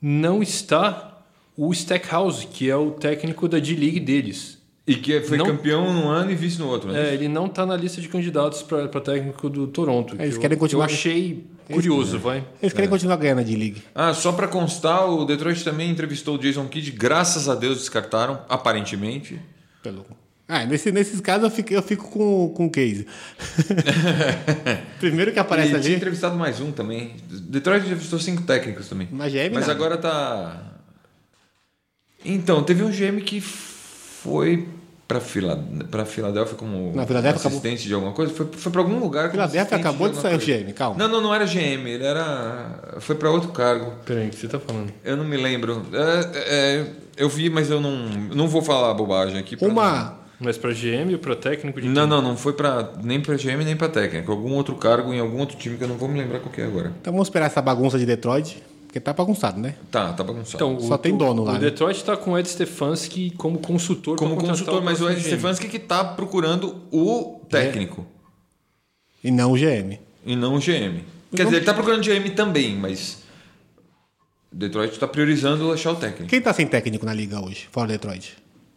Speaker 4: não está o Stackhouse, que é o técnico da D-League deles.
Speaker 2: E que foi
Speaker 4: Não-
Speaker 2: campeão num ano e vice no outro. Né?
Speaker 4: É, ele não está na lista de candidatos para técnico do Toronto. que
Speaker 1: Eles
Speaker 4: eu-
Speaker 1: querem continuar-
Speaker 4: Eu achei curioso, vai.
Speaker 1: Eles
Speaker 2: É.
Speaker 1: querem continuar ganhando a D-League.
Speaker 2: Ah, só pra constar, o Detroit também entrevistou o Jason Kidd. Graças a Deus descartaram, aparentemente.
Speaker 1: Pelo... Ah, nesse, nesses casos eu fico, eu fico com, com o Case. Primeiro que
Speaker 2: E
Speaker 1: aparece
Speaker 2: tinha
Speaker 1: ali.
Speaker 2: entrevistado mais um também. Detroit entrevistou cinco técnicos também.
Speaker 1: Mas GM
Speaker 2: Mas
Speaker 1: nada.
Speaker 2: agora tá. Então, teve um GM que foi pra, Fila... pra Filadélfia como
Speaker 1: Na Filadélfia acabou.
Speaker 2: assistente de alguma coisa. Foi, foi pra algum lugar. como
Speaker 1: Filadélfia
Speaker 2: assistente
Speaker 1: acabou de
Speaker 2: alguma
Speaker 1: sair o
Speaker 2: coisa.
Speaker 1: GM, calma.
Speaker 2: Não, não, não era GM, ele era. Foi pra outro cargo.
Speaker 4: Peraí, o que você tá falando?
Speaker 2: Eu não me lembro. É, é, eu vi, mas eu não, não vou falar bobagem aqui. pra não-
Speaker 1: Uma.
Speaker 4: Mas para GM ou para técnico de
Speaker 2: Não, não, não foi pra, nem pra GM nem pra técnico. Algum outro cargo em algum outro time que eu não vou me lembrar qual que é agora.
Speaker 1: Então vamos esperar essa bagunça de Detroit, porque tá bagunçado, né?
Speaker 2: Tá, tá bagunçado.
Speaker 4: Então,
Speaker 1: Só
Speaker 4: o,
Speaker 1: tem dono
Speaker 4: o,
Speaker 1: lá,
Speaker 4: O
Speaker 1: né?
Speaker 4: Detroit está com o Ed Stefanski como consultor. pra
Speaker 1: tá
Speaker 2: como
Speaker 4: contratar
Speaker 2: consultor, mas o
Speaker 4: próximo
Speaker 2: Ed
Speaker 4: GM.
Speaker 2: Stefanski que tá procurando
Speaker 1: É.
Speaker 2: o técnico
Speaker 1: E não o GM.
Speaker 2: e não o GM. Quer dizer, ele tá procurando GM também, mas Detroit tá priorizando achar o técnico.
Speaker 1: Quem tá sem técnico na liga hoje, fora Detroit?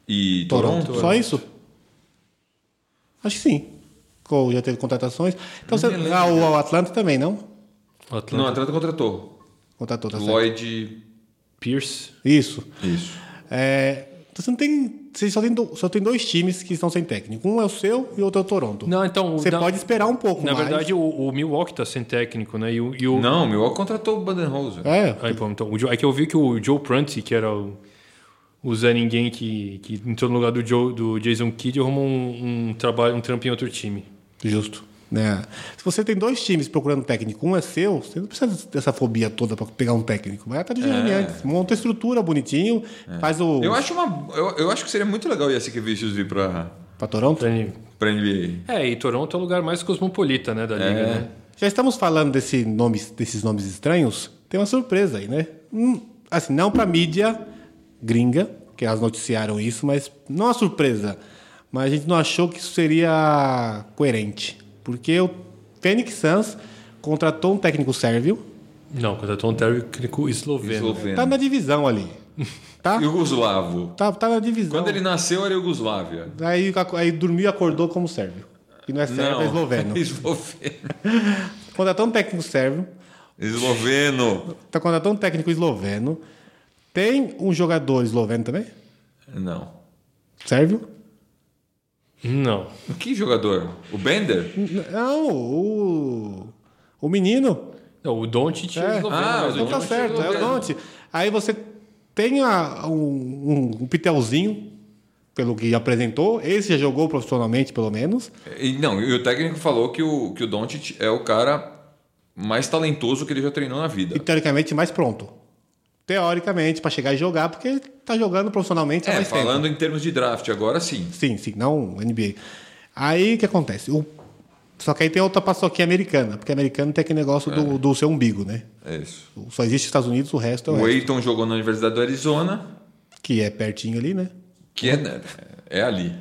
Speaker 2: E Toronto,
Speaker 1: Toronto. Só isso? Acho que sim. Ou já teve contratações. Então, você-
Speaker 2: lembro, né?
Speaker 1: ah, o, o Atlanta também, não?
Speaker 4: O Atlanta
Speaker 2: não, Atlanta contratou.
Speaker 1: Contratou, tá certo.
Speaker 2: Lloyd,
Speaker 4: Pierce.
Speaker 1: Isso.
Speaker 2: isso.
Speaker 1: É, então você não tem. Você só tem, do- só tem dois times que estão sem técnico. Um é o seu e o outro é o Toronto.
Speaker 4: Não, então, o
Speaker 1: Você
Speaker 4: da-
Speaker 1: pode esperar um pouco
Speaker 4: Na
Speaker 1: mais.
Speaker 4: verdade, o, o Milwaukee tá sem técnico, né? E o. E o
Speaker 2: Não, o Milwaukee contratou o Budenholzer.
Speaker 1: É.
Speaker 4: Aí, pô, então, o Joe- é que eu vi que o Joe Prunty, que era o, o Zé Ninguém que, que entrou no lugar do, Joe, do Jason Kidd, arrumou um, um trabalho, um trampo em outro time.
Speaker 1: Justo. né? Se você tem dois times procurando técnico, um é seu, você não precisa dessa fobia toda pra pegar um técnico. Vai até
Speaker 4: É.
Speaker 1: do GM antes. Monta a estrutura bonitinho, faz o.
Speaker 2: Eu acho, uma, eu, eu acho que seria muito legal o Yasikevicius vir pra,
Speaker 1: Pra Toronto?
Speaker 4: Então, ele-
Speaker 2: pra NBA.
Speaker 4: É, e Toronto é o lugar mais cosmopolita, né? Da
Speaker 2: É.
Speaker 4: liga, né?
Speaker 1: Já estamos falando desse nome, desses nomes estranhos. Tem uma surpresa aí, né? Hum, assim, não para mídia gringa, que elas noticiaram isso, mas não é uma surpresa. Mas a gente não achou que isso seria coerente. Porque o Phoenix Suns contratou um técnico sérvio.
Speaker 4: Não, contratou um técnico esloveno.
Speaker 2: Esloveno.
Speaker 1: Tá na divisão ali. Tá?
Speaker 2: Yugoslavo.
Speaker 1: Tá, tá na divisão.
Speaker 2: Quando ele nasceu era Yugoslávia.
Speaker 1: é aí, aí dormiu e acordou como sérvio. Que não é sérvio, é esloveno.
Speaker 2: esloveno.
Speaker 1: contratou um técnico sérvio,
Speaker 2: Esloveno.
Speaker 1: tá contratou um técnico esloveno, tem um jogador esloveno também?
Speaker 2: Não.
Speaker 1: Sérvio?
Speaker 4: Não.
Speaker 2: Que jogador? O Bender?
Speaker 1: Não, o. O menino.
Speaker 4: Não, o Doncic é,
Speaker 1: É.
Speaker 4: esloveno.
Speaker 2: Ah,
Speaker 4: mas
Speaker 2: o
Speaker 4: o
Speaker 1: Então tá
Speaker 4: Doncic
Speaker 1: certo, é o
Speaker 4: esloveno.
Speaker 1: Dante. Aí você tem a- um, um- um pitelzinho, pelo que apresentou. Esse já jogou profissionalmente, pelo menos.
Speaker 2: E, não, e o técnico falou que o, que o Doncic é o cara mais talentoso que ele já treinou na vida.
Speaker 1: E teoricamente mais pronto. Teoricamente, pra chegar e jogar, porque ele tá jogando profissionalmente há
Speaker 2: É,
Speaker 1: mais tempo.
Speaker 2: falando em termos de draft, agora sim.
Speaker 1: Sim, sim, não NBA. Aí o que acontece? O- Só que aí tem outra paçoquinha americana, porque americano tem aquele negócio do, do seu umbigo, né?
Speaker 2: É isso.
Speaker 1: Só existe os Estados Unidos, o resto é o
Speaker 2: O
Speaker 1: resto,
Speaker 2: Eiton jogou na Universidade do Arizona,
Speaker 1: que é pertinho ali, né?
Speaker 2: que é, né, é ali.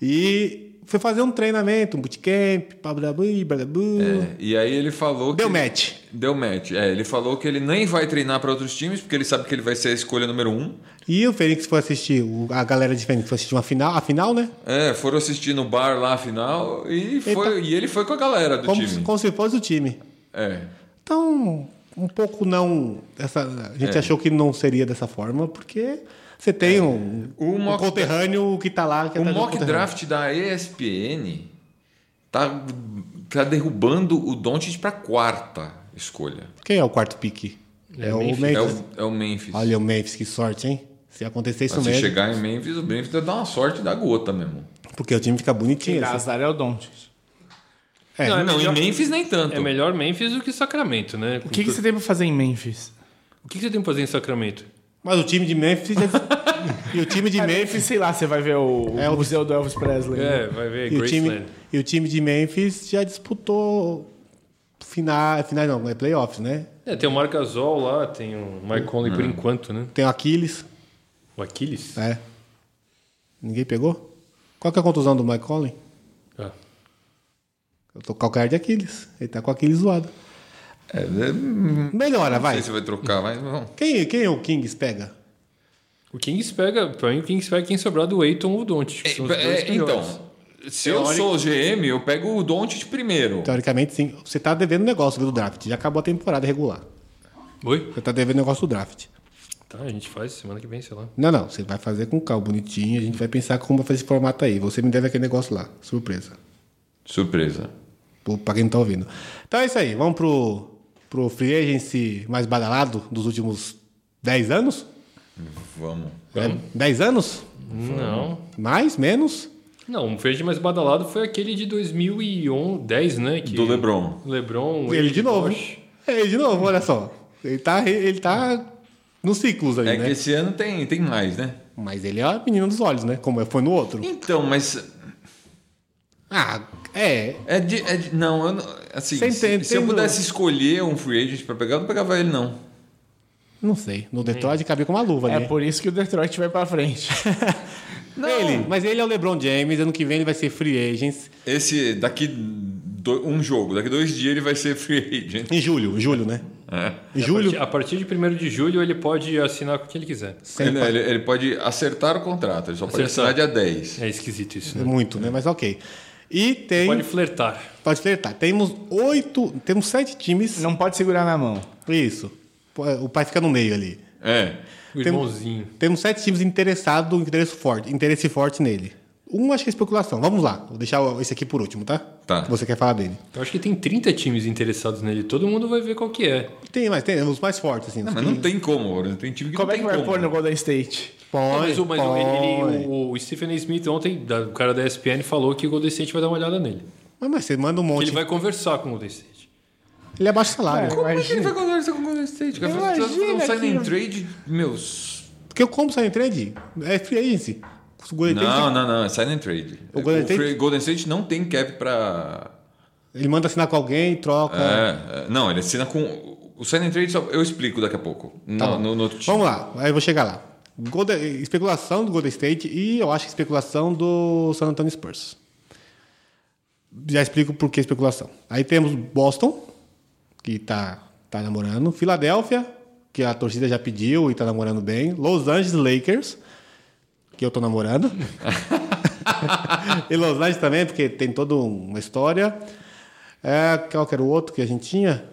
Speaker 1: E foi fazer um treinamento, um bootcamp, blá blá blá, blá, blá.
Speaker 2: É, E aí ele falou
Speaker 1: Deu
Speaker 2: que.
Speaker 1: match.
Speaker 2: Deu match. É, ele falou que ele nem vai treinar para outros times, porque ele sabe que ele vai ser a escolha número um.
Speaker 1: E o Fênix foi assistir, o- a galera de Fênix foi assistir uma final, a final, né?
Speaker 2: É, foram assistir no bar lá a final e, foi, e ele foi com a galera do
Speaker 1: Como,
Speaker 2: time.
Speaker 1: como se fosse o time.
Speaker 2: É.
Speaker 1: Então, um pouco não. Essa, a
Speaker 2: É.
Speaker 1: gente achou que não seria dessa forma, porque você tem um,
Speaker 2: O
Speaker 1: um
Speaker 2: mock-
Speaker 1: conterrâneo que tá lá. Que
Speaker 2: O
Speaker 1: tá
Speaker 2: mock
Speaker 1: conterrâneo.
Speaker 2: draft da ESPN tá, tá derrubando o Doncic para quarta escolha.
Speaker 1: Quem é o quarto pique? É, o Memphis.
Speaker 2: É o, é o Memphis.
Speaker 1: Olha o Memphis, que sorte, hein? Se acontecer isso
Speaker 2: Mas se
Speaker 1: mesmo.
Speaker 2: chegar em Memphis, o Memphis dá uma sorte da gota mesmo.
Speaker 1: Porque o time fica
Speaker 3: Quem
Speaker 1: bonitinho.
Speaker 3: dá
Speaker 1: assim.
Speaker 3: azar é o Doncic.
Speaker 1: É,
Speaker 4: Não, é
Speaker 2: Não,
Speaker 4: melhor,
Speaker 2: em Memphis nem tanto.
Speaker 4: é melhor Memphis do que Sacramento, né?
Speaker 3: O que, que você tem pra fazer em Memphis?
Speaker 4: O que que você tem que fazer em Sacramento?
Speaker 1: Mas o time de Memphis. é- e o time de
Speaker 3: Em
Speaker 1: Memphis.
Speaker 3: Memphis, sei lá, você vai ver o,
Speaker 1: É,
Speaker 3: o
Speaker 1: o-
Speaker 3: museu do Elvis Presley. né?
Speaker 4: É, vai ver,
Speaker 1: E o, time,
Speaker 4: Graceland.
Speaker 1: e o time de Memphis já disputou final, final não, é playoffs, né?
Speaker 4: É, tem o Marc Gasol lá, tem o Mike Conley
Speaker 2: Hum.
Speaker 4: por enquanto, né?
Speaker 1: Tem o Aquiles,
Speaker 4: O Aquiles?
Speaker 1: é. Ninguém pegou? Qual que é a contusão do Mike Conley?
Speaker 4: Ah.
Speaker 1: Eu tô com calcanhar de Aquiles. Ele tá com o Aquiles zoado.
Speaker 2: É, é, não
Speaker 1: Melhora, vai.
Speaker 2: sei se vai trocar, mas vamos.
Speaker 1: Quem, quem é o Kings pega?
Speaker 4: O Kings pega, pra mim o Kings pega quem sobrar do Eiton ou do Doncic. que são os
Speaker 2: É,
Speaker 4: dois
Speaker 2: é,
Speaker 4: melhores.
Speaker 2: então, se eu sou o GM, eu pego o Doncic primeiro.
Speaker 1: Teoricamente, sim. Você tá devendo negócio viu, do draft. Já acabou a temporada regular.
Speaker 4: Oi?
Speaker 1: Você tá devendo negócio do draft.
Speaker 4: Tá, a gente faz semana que vem, sei lá.
Speaker 1: Não, não. Você vai fazer com calma, bonitinho. A gente vai pensar como vai fazer esse formato aí. Você me deve aquele negócio lá. Surpresa.
Speaker 2: Surpresa.
Speaker 1: Pro- Pra quem não tá ouvindo. Então é isso aí. Vamos pro, pro free agency mais badalado dos últimos 10 anos?
Speaker 2: Vamos.
Speaker 1: É,
Speaker 4: Vamos.
Speaker 1: 10 anos?
Speaker 4: Não.
Speaker 1: Mais? Menos?
Speaker 4: Não, o verde mais badalado foi aquele de 2010, né? Que
Speaker 2: Do LeBron.
Speaker 4: LeBron,
Speaker 1: ele
Speaker 4: Wade,
Speaker 1: de novo.
Speaker 4: Bosh.
Speaker 1: É, Ele de novo, olha só. Ele tá, ele tá nos ciclos aí,
Speaker 2: É
Speaker 1: né?
Speaker 2: que esse ano tem, tem mais, né?
Speaker 1: Mas ele é a menina dos olhos, né? Como foi no outro.
Speaker 2: Então, mas
Speaker 1: Ah, é.
Speaker 2: É de, é de- não, eu não- assim,
Speaker 1: Você
Speaker 2: se,
Speaker 1: entende,
Speaker 2: se eu
Speaker 1: entendo.
Speaker 2: pudesse escolher um free agent pra pegar, eu não pegava ele, não.
Speaker 1: Não sei. No Detroit cabia com uma luva
Speaker 3: É
Speaker 1: ali.
Speaker 3: por isso que o Detroit vai pra frente.
Speaker 1: Ele, mas ele é o LeBron James. Ano que vem ele vai ser free agent.
Speaker 2: Esse daqui do- um jogo, daqui dois dias ele vai ser free agent.
Speaker 1: Em julho, em julho, né?
Speaker 2: É.
Speaker 1: Em julho.
Speaker 4: A partir de 1 de julho ele pode assinar com o que ele quiser.
Speaker 1: sem
Speaker 2: Ele,
Speaker 1: pa-
Speaker 2: ele- ele pode acertar o contrato, ele só pode
Speaker 4: Acertar.
Speaker 2: assinar dia 10.
Speaker 4: É esquisito isso,
Speaker 1: É
Speaker 4: né?
Speaker 1: muito, né? Mas ok. E tem.
Speaker 4: Pode
Speaker 1: Pode,
Speaker 4: flertar.
Speaker 1: flertar. Temos oito. Temos sete times.
Speaker 3: Não pode segurar na mão.
Speaker 1: Isso. Pô, O pai fica no meio ali.
Speaker 2: É.
Speaker 4: O
Speaker 1: Tem-
Speaker 4: irmãozinho.
Speaker 1: Temos sete times interessados, interesse forte, interesse forte nele. Um acho que é especulação. Vamos lá. Vou deixar esse aqui por último, tá?
Speaker 2: Tá.
Speaker 1: Você quer falar dele?
Speaker 4: Eu acho que tem 30 times interessados nele. Todo mundo vai ver qual que é.
Speaker 1: Tem mais, tem os mais fortes, assim.
Speaker 2: Mas não tem como, Bruno, tem time que
Speaker 3: Como
Speaker 2: não
Speaker 3: é que
Speaker 2: tem
Speaker 3: vai
Speaker 2: como. né?
Speaker 3: pôr no Golden State?
Speaker 1: Põe,
Speaker 4: mas o, mas o-
Speaker 1: põe.
Speaker 4: ele- o- o Stephen A. Smith ontem, da- o cara da ESPN, falou que o Golden State vai dar uma olhada nele.
Speaker 1: Mas, mas você manda um
Speaker 4: Que
Speaker 1: monte.
Speaker 4: ele
Speaker 1: Ele,
Speaker 4: vai conversar com o Golden State.
Speaker 1: abaixa o salário.
Speaker 2: Como é que ele vai conversar com o Golden State? Cara?
Speaker 3: Imagina
Speaker 2: não sai nem
Speaker 3: aquilo.
Speaker 2: um trade, meus.
Speaker 1: Porque eu como sai em trade? É free agency. O Golden State,
Speaker 2: Não, não, não, é sign and trade.
Speaker 1: O Golden State-
Speaker 2: free- Golden State não tem cap pra,
Speaker 1: Ele manda assinar com alguém, troca.
Speaker 2: É, é, não, ele assina com. O sign and trade só- eu explico daqui a pouco.
Speaker 1: Tá
Speaker 2: no,
Speaker 1: bom.
Speaker 2: no, no outro time.
Speaker 1: Vamos lá, aí eu vou chegar lá. Golden- especulação do Golden State e eu acho que especulação do San Antonio Spurs. Já explico por que especulação. Aí temos Boston, que tá, tá namorando. Filadélfia, que a torcida já pediu e tá namorando bem. Los Angeles Lakers, que eu tô namorando. e Los Angeles também, porque tem toda uma história. É, qual que era o outro que a gente tinha?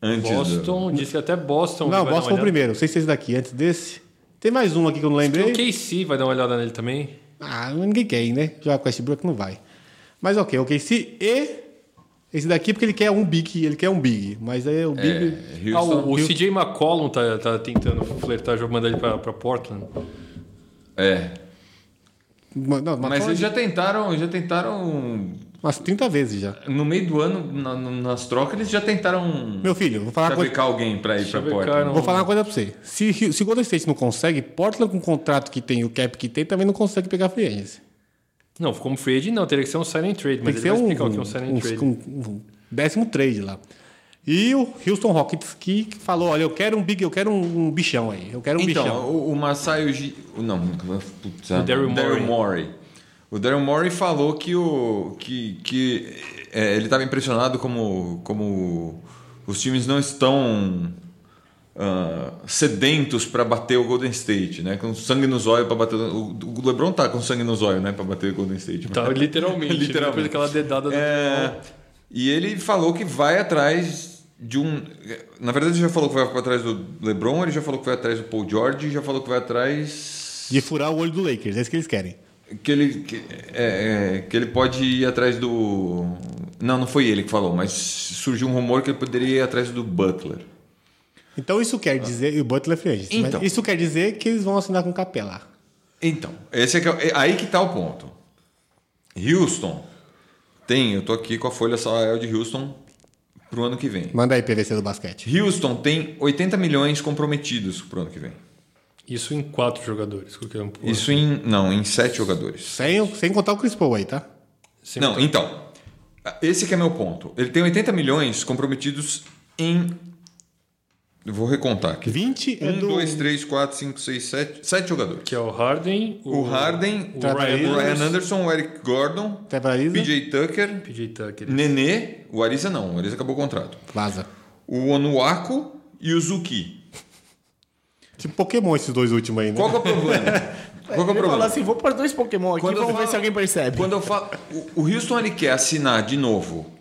Speaker 2: Antes do-
Speaker 4: Boston, disse que até Boston.
Speaker 1: não,
Speaker 4: vai dar uma
Speaker 1: Boston foi o
Speaker 4: olhada.
Speaker 1: primeiro. Não sei se é esse daqui, antes desse. Tem mais um aqui que eu não
Speaker 4: Tem
Speaker 1: lembrei.
Speaker 4: o KC, vai dar uma olhada nele também.
Speaker 1: Ah, ninguém quer ir, né? Jogar com Westbrook não vai. Mas ok, o KC e esse daqui porque ele quer um big, ele quer um big. Mas aí o big...
Speaker 2: É,
Speaker 4: Ah, o,
Speaker 2: Houston.
Speaker 4: o CJ McCollum tá, tá tentando flertar, já mandar ele pra, pra Portland.
Speaker 2: É.
Speaker 1: Ma- Não, mas,
Speaker 2: Mas eles já tentaram, já tentaram.
Speaker 1: umas 30 vezes já.
Speaker 2: No meio do ano, na- no- nas trocas, eles já tentaram
Speaker 1: Meu filho, vou falar uma coisa...
Speaker 2: chavecar alguém pra ir pra
Speaker 4: Chavecaram.
Speaker 2: Portland.
Speaker 1: Vou falar uma coisa pra você. Se, se o Golden State não consegue, Portland com o contrato que tem e o cap que tem também não consegue pegar free agency.
Speaker 4: Não, como free agent não, teria que ser um sign and trade,
Speaker 1: Tem
Speaker 4: mas
Speaker 1: que
Speaker 4: ele
Speaker 1: ser
Speaker 4: vai
Speaker 1: um,
Speaker 4: explicar o que é um sign and
Speaker 1: um-
Speaker 4: trade.
Speaker 1: um- um décimo trade lá. E o Houston Rockets que falou, olha, eu quero um big, eu quero um, um bichão aí, eu quero um bichão.
Speaker 2: Então, o, o Masai Uji... Não, putz, o
Speaker 4: Daryl Morey.
Speaker 2: O Daryl Morey falou que, o, que, que é, ele estava impressionado como, como os times não estão ah, sedentos para bater o Golden State, né? Com sangue nos olhos para bater... O, o LeBron tá com sangue nos olhos, né? Para bater o Golden State.
Speaker 4: Tá,
Speaker 2: mas-
Speaker 4: literalmente.
Speaker 2: Literalmente.
Speaker 4: Depois daquela dedada do
Speaker 2: É, e ele falou que vai atrás de um. Na verdade, ele já falou que vai atrás do LeBron, ele já falou que vai atrás do Paul George, já falou que vai atrás.
Speaker 1: De furar o olho do Lakers, é isso que eles querem.
Speaker 2: Que ele, que, é, é, que ele pode ir atrás do. Não, não foi ele que falou, mas surgiu um rumor que ele poderia ir atrás do Butler.
Speaker 1: Então isso quer dizer, e o Butler é free agent, mas
Speaker 2: Então.
Speaker 1: isso quer dizer que eles vão assinar com Capela.
Speaker 2: Então, esse é que é- é aí que tá o ponto. Houston. Tem, eu tô aqui com a folha salarial de Houston pro ano que vem.
Speaker 1: Manda aí PVC do basquete.
Speaker 2: Houston tem 80 milhões comprometidos pro ano que vem.
Speaker 4: Isso em quatro jogadores, qualquer um por.
Speaker 2: Isso em. Não, em sete jogadores.
Speaker 1: Sem, sem contar o Chris Paul aí, tá?
Speaker 4: Sem
Speaker 2: não, então. Esse que é meu ponto. Ele tem 80 milhões comprometidos em. eu Vou recontar aqui.
Speaker 1: 20 é
Speaker 2: 1,
Speaker 1: do...
Speaker 2: 2, 3, 4, 5, 6, 7. 7 jogadores.
Speaker 4: Que é o Harden,
Speaker 2: O Harden, o
Speaker 4: Trevor
Speaker 2: Ryan,
Speaker 4: Ariza.
Speaker 2: Anderson, o Eric Gordon,
Speaker 1: Trevor Ariza.
Speaker 2: PJ Tucker,
Speaker 4: PJ Tucker.
Speaker 2: Hum. Nenê, o Ariza não, o Ariza acabou o contrato.
Speaker 1: Vaza.
Speaker 2: O Onuaku e o Zuki.
Speaker 1: Tipo Pokémon esses dois últimos aí, né?
Speaker 2: Qual que é o problema? Qual que é o
Speaker 3: Ele falou
Speaker 2: problema?
Speaker 3: assim, vou pôr dois Pokémon aqui,
Speaker 2: Quando eu
Speaker 3: vamos ver
Speaker 2: falo-
Speaker 3: se alguém percebe.
Speaker 2: Quando eu falo. O o Houston ele quer assinar de novo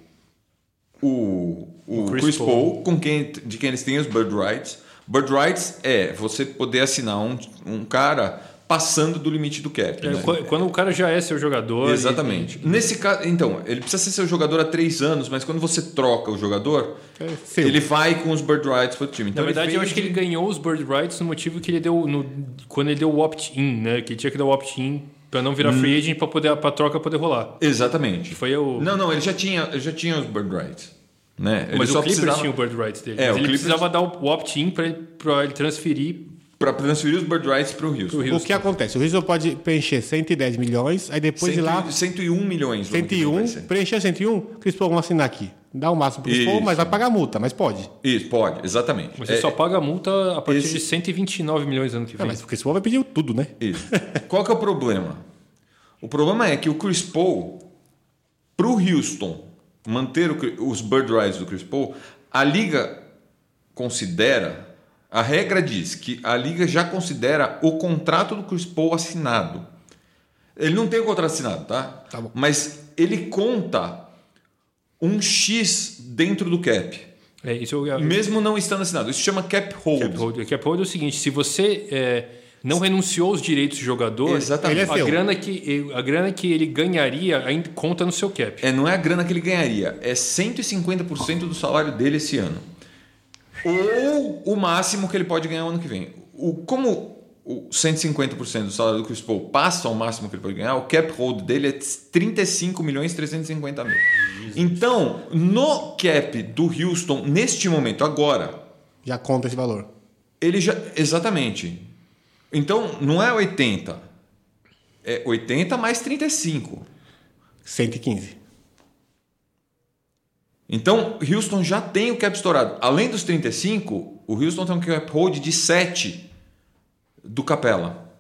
Speaker 2: o, o Chris,
Speaker 4: Chris
Speaker 2: Paul, com quem, de quem eles têm os Bird Rights. Bird Rights é você poder assinar um, um cara passando do limite do cap. né?
Speaker 4: É, qu- Quando o cara já é seu jogador. e-
Speaker 2: Exatamente. Nesse caso, então, ele precisa ser seu jogador há três anos, mas quando você troca o jogador,
Speaker 1: É seu.
Speaker 2: ele vai com os Bird Rights pro time. Então,
Speaker 4: Na verdade,
Speaker 2: ele
Speaker 4: eu acho que ele ganhou os Bird Rights no motivo que ele deu. no- quando ele deu o opt-in, né? Que ele tinha que dar o opt-in pra não virar
Speaker 2: Hum.
Speaker 4: free agent pra, poder, pra troca poder rolar.
Speaker 2: Exatamente.
Speaker 4: Foi o-
Speaker 2: Não, não, ele já tinha, ele já tinha os Bird Rights. Né? Ele
Speaker 4: Mas o
Speaker 2: só
Speaker 4: Clippers
Speaker 2: precisava-
Speaker 4: tinha o Bird Rights dele.
Speaker 2: É,
Speaker 4: Mas
Speaker 2: o
Speaker 4: ele
Speaker 2: Clippers-
Speaker 4: precisava dar o opt-in pra, ele- pra ele transferir
Speaker 2: Pra transferir os Bird Rights pro Houston.
Speaker 4: pro Houston.
Speaker 1: O que acontece? O Houston pode preencher 110 milhões, aí depois de lá
Speaker 2: 101 milhões. o ano que vem vai
Speaker 1: 101,
Speaker 2: ser.
Speaker 1: preencher 101, Chris Paul, vamos assinar aqui. Dá o máximo pro Chris Paul,
Speaker 2: Isso.
Speaker 1: mas vai pagar multa, mas pode.
Speaker 2: Isso, pode, exatamente.
Speaker 4: Você
Speaker 2: É,
Speaker 4: só paga a multa a partir
Speaker 2: esse- É,
Speaker 4: de 129 milhões ano que
Speaker 1: Ah,
Speaker 4: vem.
Speaker 1: mas o Chris Paul vai pedir tudo, né?
Speaker 2: isso. Qual que é o problema? O problema é que o Chris Paul, pro Houston manter o Cri- os Bird Rights do Chris Paul, a liga considera, a regra diz que a liga já considera o contrato do Chris Paul assinado. Ele não tem o contrato assinado, tá?
Speaker 1: Tá bom.
Speaker 2: Mas ele conta um X dentro do cap.
Speaker 4: É, isso é,
Speaker 2: Mesmo não estando assinado. Isso chama cap hold.
Speaker 4: Cap hold. Cap hold é o seguinte: se você é, não renunciou aos direitos do jogador,
Speaker 2: Exatamente.
Speaker 1: Ele é
Speaker 4: a,
Speaker 1: seu.
Speaker 4: grana que, a grana que ele ganharia ainda conta no seu cap.
Speaker 2: É, não é a grana que ele ganharia, é 150% do salário dele esse ano. Ou o máximo que ele pode ganhar o ano que vem. O, como o 150% do salário do Chris Paul passa ao máximo que ele pode ganhar, o cap hold dele é 35 milhões 350 mil. Então, no cap do Houston, neste momento, agora,
Speaker 1: Já conta esse valor.
Speaker 2: ele já. Exatamente. Então, não é 80. É 80 mais 35.
Speaker 1: 115.
Speaker 2: Então, Houston já tem o cap estourado. Além dos 35, o Houston tem um cap hold de 7 do Capela.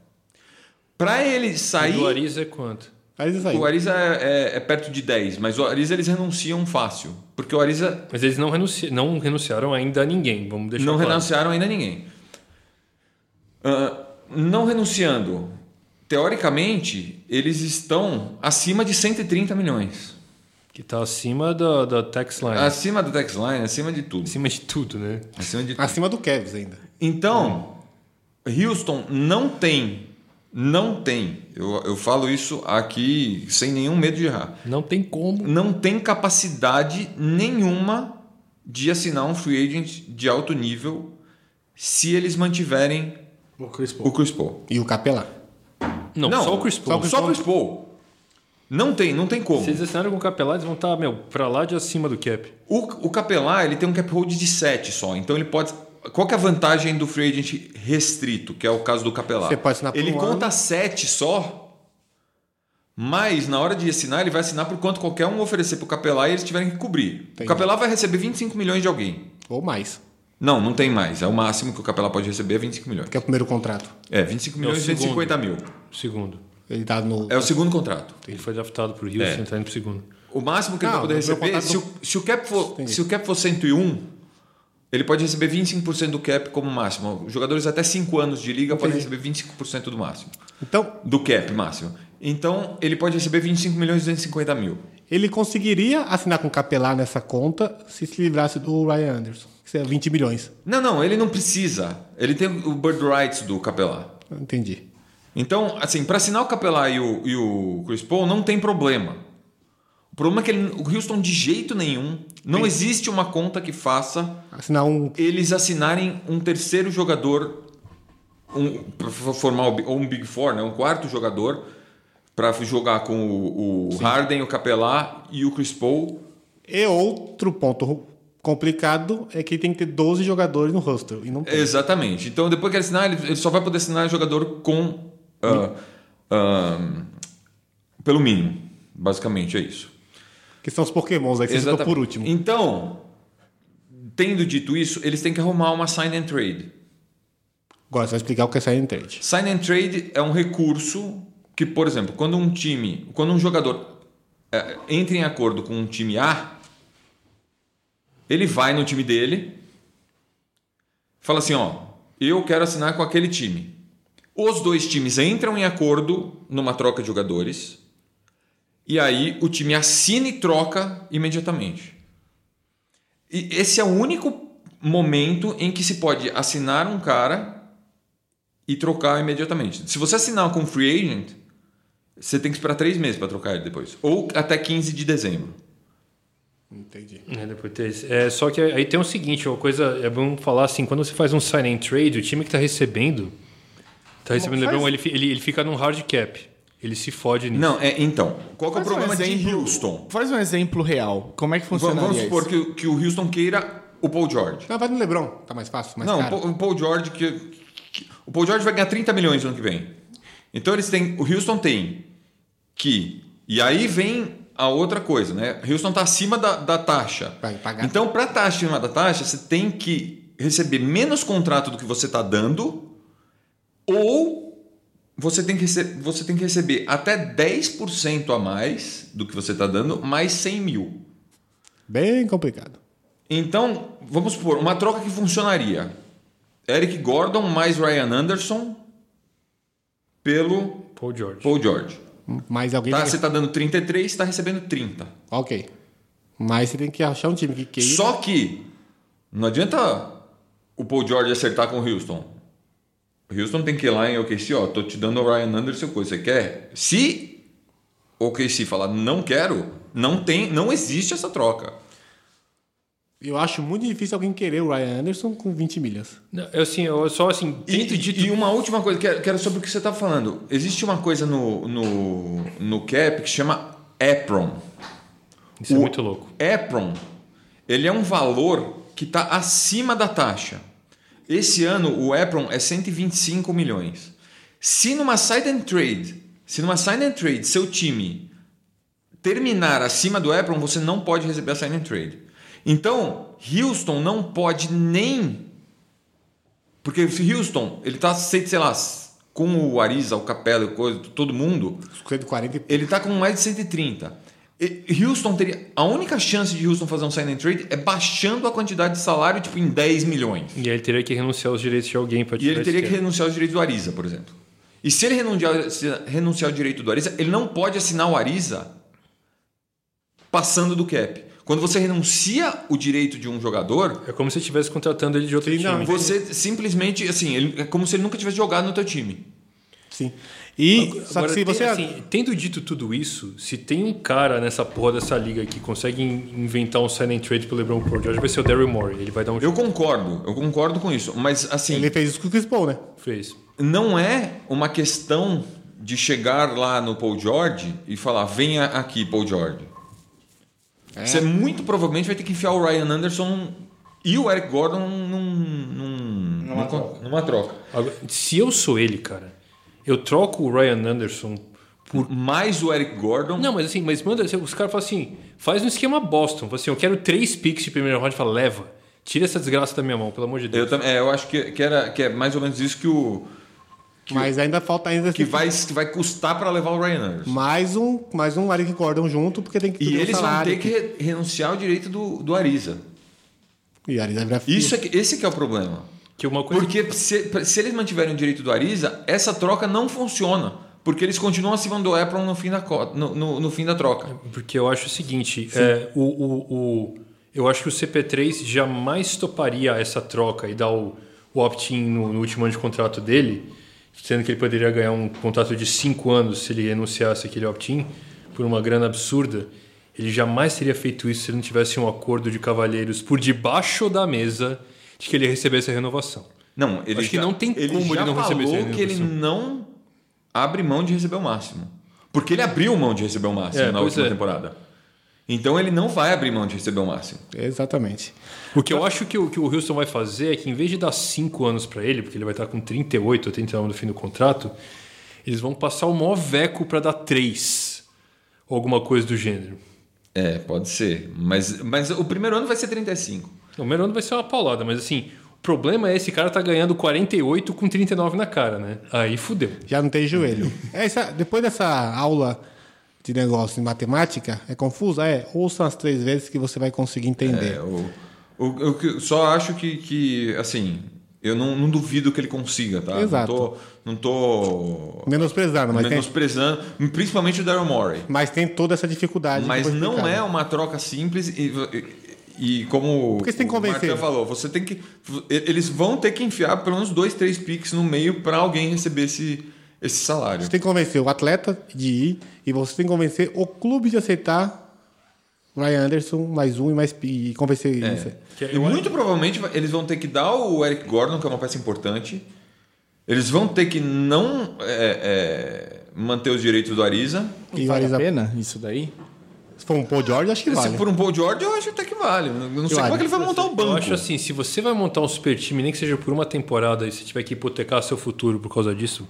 Speaker 2: Para ele
Speaker 4: E do
Speaker 2: sair,
Speaker 4: Ariza é quanto?
Speaker 1: Aí isso aí.
Speaker 2: o Ariza é, é- é perto de 10, mas o Ariza eles renunciam fácil, porque o Ariza
Speaker 4: Mas eles não, renunci- não renunciaram ainda a ninguém. Vamos deixar
Speaker 2: não
Speaker 4: claro.
Speaker 2: renunciaram ainda a ninguém. Ah, não renunciando, teoricamente, eles estão acima de 130 milhões.
Speaker 4: Que tá acima da, da tax
Speaker 3: É.
Speaker 4: line.
Speaker 2: Acima da tax line, acima de tudo.
Speaker 4: Acima de tudo, né?
Speaker 2: Acima de
Speaker 1: Acima do Cavs ainda.
Speaker 2: Então, Houston não tem, não tem, eu, eu falo isso aqui sem nenhum medo de errar,
Speaker 4: Não tem como.
Speaker 2: não tem capacidade nenhuma de assinar um free agent de alto nível se eles mantiverem
Speaker 3: O Chris Paul.
Speaker 2: o Chris Paul.
Speaker 1: E o Capelá.
Speaker 4: Não, só o Chris Paul.
Speaker 2: Só o Chris, Paul. Não tem, não tem como.
Speaker 4: Se eles assinaram com o Capelá, eles vão estar, meu, pra lá de acima do cap.
Speaker 2: O, o Capelá ele tem um cap hold de 7 só, então ele pode. Qual que é a vantagem do free agent restrito, que é o caso do Capelá?
Speaker 1: Você pode assinar por
Speaker 2: Ele
Speaker 1: um
Speaker 2: conta
Speaker 1: ano.
Speaker 2: 7 só, mas na hora de assinar, ele vai assinar por quanto qualquer um oferecer pro Capelá e eles tiverem que cobrir. O Capelá vai receber 25 milhões de alguém.
Speaker 1: Ou mais.
Speaker 2: Não, não tem mais. É o máximo que o Capelá pode receber é 25 milhões.
Speaker 1: Que é o primeiro contrato.
Speaker 2: É, 25 milhões e
Speaker 4: segundo.
Speaker 2: 150 mil.
Speaker 4: Segundo.
Speaker 1: Ele tá no.
Speaker 2: É o segundo contrato.
Speaker 4: Ele foi draftado por Houston,
Speaker 2: É.
Speaker 4: tá indo pro segundo.
Speaker 2: O máximo que ele
Speaker 1: Não,
Speaker 2: vai poder
Speaker 1: meu
Speaker 2: receber,
Speaker 1: contrato-
Speaker 2: se o, se, o cap for, se o cap for 101, ele pode receber 25% do cap como máximo. Os jogadores até 5 anos de liga podem receber 25% do máximo.
Speaker 1: Então,
Speaker 2: Do cap máximo. Então, ele pode receber 25 milhões e 250 mil.
Speaker 1: ele conseguiria assinar com o Capelá nessa conta se se livrasse do Ryan Anderson. Que seria 20 milhões.
Speaker 2: Não, não, ele não precisa. Ele tem o bird rights do Capelá.
Speaker 1: Entendi.
Speaker 2: Então, assim, para assinar o Capelá e o, e o Chris Paul, não tem problema. O problema é que ele- o Houston, de jeito nenhum, não existe uma conta que faça
Speaker 1: Assinar um.
Speaker 2: eles assinarem um terceiro jogador um, pra f- formar o bi- ou um Big Four, né? um quarto jogador para jogar com o, o Harden, o Capelá e o Chris Paul.
Speaker 1: E outro ponto ru- complicado é que tem que ter 12 jogadores no roster. E não tem.
Speaker 2: Exatamente. Então, depois que ele assinar, ele, ele só vai poder assinar jogador com... ah, ah, pelo mínimo. Basicamente, é isso.
Speaker 1: Que são os pokémons aí que você citou
Speaker 2: Exatamente.
Speaker 1: por último.
Speaker 2: Então, tendo dito isso, eles têm que arrumar uma sign and trade.
Speaker 1: Agora você vai explicar o que é sign and trade.
Speaker 2: Sign and trade é um recurso que, por exemplo, quando um time, quando um jogador é, entra em acordo com um time A, ele vai no time dele, fala assim, ó, eu quero assinar com aquele time. Os dois times entram em acordo numa troca de jogadores e aí o time assina e troca imediatamente. E esse é o único momento em que se pode assinar um cara e trocar imediatamente. Se você assinar com free agent, você tem que esperar três meses para trocar ele depois. Ou até 15 de dezembro.
Speaker 1: Entendi.
Speaker 4: É, depois tem esse. É, só que aí tem o seguinte, uma coisa, é bom falar assim, quando você faz um sign and trade, o time que tá recebendo, tá recebendo
Speaker 3: faz-
Speaker 4: LeBron, ele, fi- ele, ele fica num hard cap. Ele se fode nisso.
Speaker 2: Não, é, então, qual que é o
Speaker 3: Faz um
Speaker 2: problema de
Speaker 3: exemplo-
Speaker 2: Houston?
Speaker 3: Faz um exemplo real. Como é que
Speaker 2: Vamos,
Speaker 3: funcionaria
Speaker 2: vamos
Speaker 3: isso?
Speaker 2: supor que, o- que o Houston queira o Paul George.
Speaker 1: Não, vai no Lebron. Tá mais fácil, mais
Speaker 2: Não, o
Speaker 1: caro.
Speaker 2: Paul- o Paul George que, que- o Paul George vai ganhar 30 milhões no ano que vem. Então eles têm, o Houston tem que e aí vem a outra coisa, né? Houston está acima da, da taxa.
Speaker 1: Vai pagar.
Speaker 2: Então para estar acima da taxa você tem que receber menos contrato do que você está dando ou você tem que rece- você tem que receber até 10% a mais do que você está dando mais 100 mil.
Speaker 1: Bem complicado.
Speaker 2: Então, vamos supor, uma troca que funcionaria. Eric Gordon mais Ryan Anderson pelo
Speaker 4: Paul George.
Speaker 2: Paul George.
Speaker 1: Mas alguém.
Speaker 2: Tá,
Speaker 1: tem
Speaker 2: você
Speaker 1: que...
Speaker 2: está dando 33, está recebendo 30.
Speaker 1: Ok. Mas você tem que achar um time que queira.
Speaker 2: Só que não adianta o Paul George acertar com o Houston. O Houston tem que ir lá em OKC, ó, tô te dando o Ryan Anderson, coisa você quer? Se o OKC falar não quero, não tem, não existe essa troca.
Speaker 1: Eu acho muito difícil alguém querer o Ryan Anderson com 20 milhas.
Speaker 4: Não, é assim, eu só assim, dentro
Speaker 2: E,
Speaker 4: de
Speaker 2: e uma última coisa, que era, que era sobre o que você estava falando. Existe uma coisa no, no, no cap que chama EPRON.
Speaker 4: Isso é
Speaker 2: o-
Speaker 4: muito louco.
Speaker 2: EPRON, ele é um valor que está acima da taxa. Esse ano o EPRON é 125 milhões. Se numa sign and trade, se numa sign and trade seu time terminar acima do EPRON, você não pode receber a sign and trade. Então, Houston não pode nem porque o Houston, ele tá, sei sei lá, com o Ariza, o Capela, e coisa, todo mundo,
Speaker 1: Escolhendo 40 e...
Speaker 2: ele tá com mais de 130. E Houston teria. A única chance de Houston fazer um sign and trade é baixando a quantidade de salário, tipo, em 10 milhões.
Speaker 4: E aí ele teria que renunciar aos direitos de alguém para
Speaker 2: E ele teria que renunciar aos direitos do Ariza, por exemplo. E se ele renunciar, se renunciar ao direito do Ariza, ele não pode assinar o Ariza passando do cap. Quando você renuncia o direito de um jogador,
Speaker 4: É como se você estivesse contratando ele de outro
Speaker 1: Sim,
Speaker 4: time.
Speaker 1: não, entendi.
Speaker 2: você simplesmente, assim, ele- é como se ele nunca tivesse jogado no teu time.
Speaker 1: Sim. E só
Speaker 4: Agora,
Speaker 1: que se
Speaker 4: tem-
Speaker 1: você.
Speaker 4: assim, tendo dito tudo isso, se tem um cara nessa porra dessa liga que consegue in- inventar um sign and trade pro LeBron Paul George, vai ser o Daryl Morey. Ele vai dar um
Speaker 2: Eu
Speaker 4: jogo
Speaker 2: concordo, eu concordo com isso, mas assim,
Speaker 1: ele fez isso com o Chris Paul, né?
Speaker 4: que fez.
Speaker 2: não é uma questão de chegar lá no Paul George e falar, venha aqui, Paul George. Você muito provavelmente vai ter que enfiar o Ryan Anderson e o Eric Gordon num, num- num- numa troca.
Speaker 4: Agora, se eu sou ele, cara, eu troco o Ryan Anderson por.
Speaker 2: Mais o Eric Gordon.
Speaker 4: Não, mas assim, mas manda. Os caras falam assim: faz um esquema Boston. Fala assim, eu quero três picks de primeira round e fala, leva. Tira essa desgraça da minha mão, pelo amor de
Speaker 2: Eu,
Speaker 4: Deus.
Speaker 2: tam- é, eu acho que, que, era, que é mais ou menos isso que, o,
Speaker 1: Mas ainda falta ainda assim
Speaker 2: que, vai, que vai custar para levar o Ryan Anderson.
Speaker 1: mais um, mais um Eric Gordon junto, porque tem que
Speaker 2: E
Speaker 1: subir o
Speaker 2: eles vão
Speaker 1: salário.
Speaker 2: ter que re- renunciar ao direito do, do Ariza.
Speaker 1: E aí vai virar
Speaker 2: Isso é que, esse que é o problema.
Speaker 4: Que uma coisa.
Speaker 2: Porque se, se eles mantiverem o direito do Ariza, essa troca não funciona. Porque eles continuam acima do Epron um no fim da, co- no, no, no fim da troca.
Speaker 4: Porque eu acho o seguinte, é, o, o, o- eu acho que o CP3 jamais toparia essa troca e dar o, o opt-in no, no último ano de contrato dele, sendo que ele poderia ganhar um contrato de cinco anos se ele renunciasse aquele opt-in por uma grana absurda. Ele jamais teria feito isso se ele não tivesse um acordo de cavalheiros por debaixo da mesa de que ele ia receber essa renovação.
Speaker 2: Não, ele
Speaker 4: Acho que
Speaker 2: já-
Speaker 4: não tem
Speaker 2: ele
Speaker 4: como ele
Speaker 2: já
Speaker 4: não
Speaker 2: falou
Speaker 4: receber essa
Speaker 2: que ele
Speaker 4: renovação.
Speaker 2: não abre mão de receber o máximo. Porque ele abriu mão de receber o máximo
Speaker 4: É,
Speaker 2: na
Speaker 4: pois
Speaker 2: última
Speaker 4: é.
Speaker 2: temporada. Então ele não vai abrir mão de receber o máximo.
Speaker 1: Exatamente.
Speaker 4: O que eu acho que o, que o Houston vai fazer é que, em vez de dar 5 anos para ele, porque ele vai estar com 38 ou 39 um no fim do contrato, eles vão passar o maior veco para dar 3. Ou alguma coisa do gênero.
Speaker 2: É, pode ser. Mas, mas o primeiro ano vai ser 35.
Speaker 4: O Merano vai ser uma paulada, mas assim, o problema é esse cara tá ganhando 48 com 39 na cara, né? Aí fudeu.
Speaker 1: Já não tem joelho. É Essa, depois dessa aula de negócio em matemática, é confusa? É, ouça as três vezes que você vai conseguir entender.
Speaker 2: É, o, o, o que eu só acho que, que assim, eu não, não duvido que ele consiga, tá?
Speaker 1: Exato.
Speaker 2: Não tô, não
Speaker 1: Menosprezando,
Speaker 2: tô
Speaker 1: mas, tem,
Speaker 2: menosprezando, principalmente o Daryl Morey.
Speaker 1: mas tem toda essa dificuldade. que
Speaker 2: Mas
Speaker 1: foi
Speaker 2: não
Speaker 1: explicada.
Speaker 2: é uma troca simples e, e, e como
Speaker 1: Porque você tem que
Speaker 2: o
Speaker 1: convencer.
Speaker 2: Martin falou, você tem que eles vão ter que enfiar pelo menos dois, três piques no meio para alguém receber esse, esse salário.
Speaker 1: Você tem que convencer o atleta de ir e você tem que convencer o clube de aceitar Ryan Anderson, mais um e mais e convencer
Speaker 2: É.
Speaker 1: isso.
Speaker 2: E muito provavelmente vai- eles vão ter que dar o Eric Gordon, que é uma peça importante. Eles vão ter que não é, é, manter os direitos do Ariza.
Speaker 1: E
Speaker 3: vale
Speaker 1: vale
Speaker 3: a
Speaker 1: a-
Speaker 3: pena isso daí?
Speaker 1: Se for um Paul George, acho que
Speaker 2: Se
Speaker 1: vale.
Speaker 2: por um Paul George, eu acho até que vale. Eu Não sei
Speaker 1: Vale.
Speaker 2: como é que ele vai montar o
Speaker 4: Eu
Speaker 2: banco.
Speaker 4: acho assim, se você vai montar um super time, nem que seja por uma temporada, e você tiver que hipotecar seu futuro por causa disso,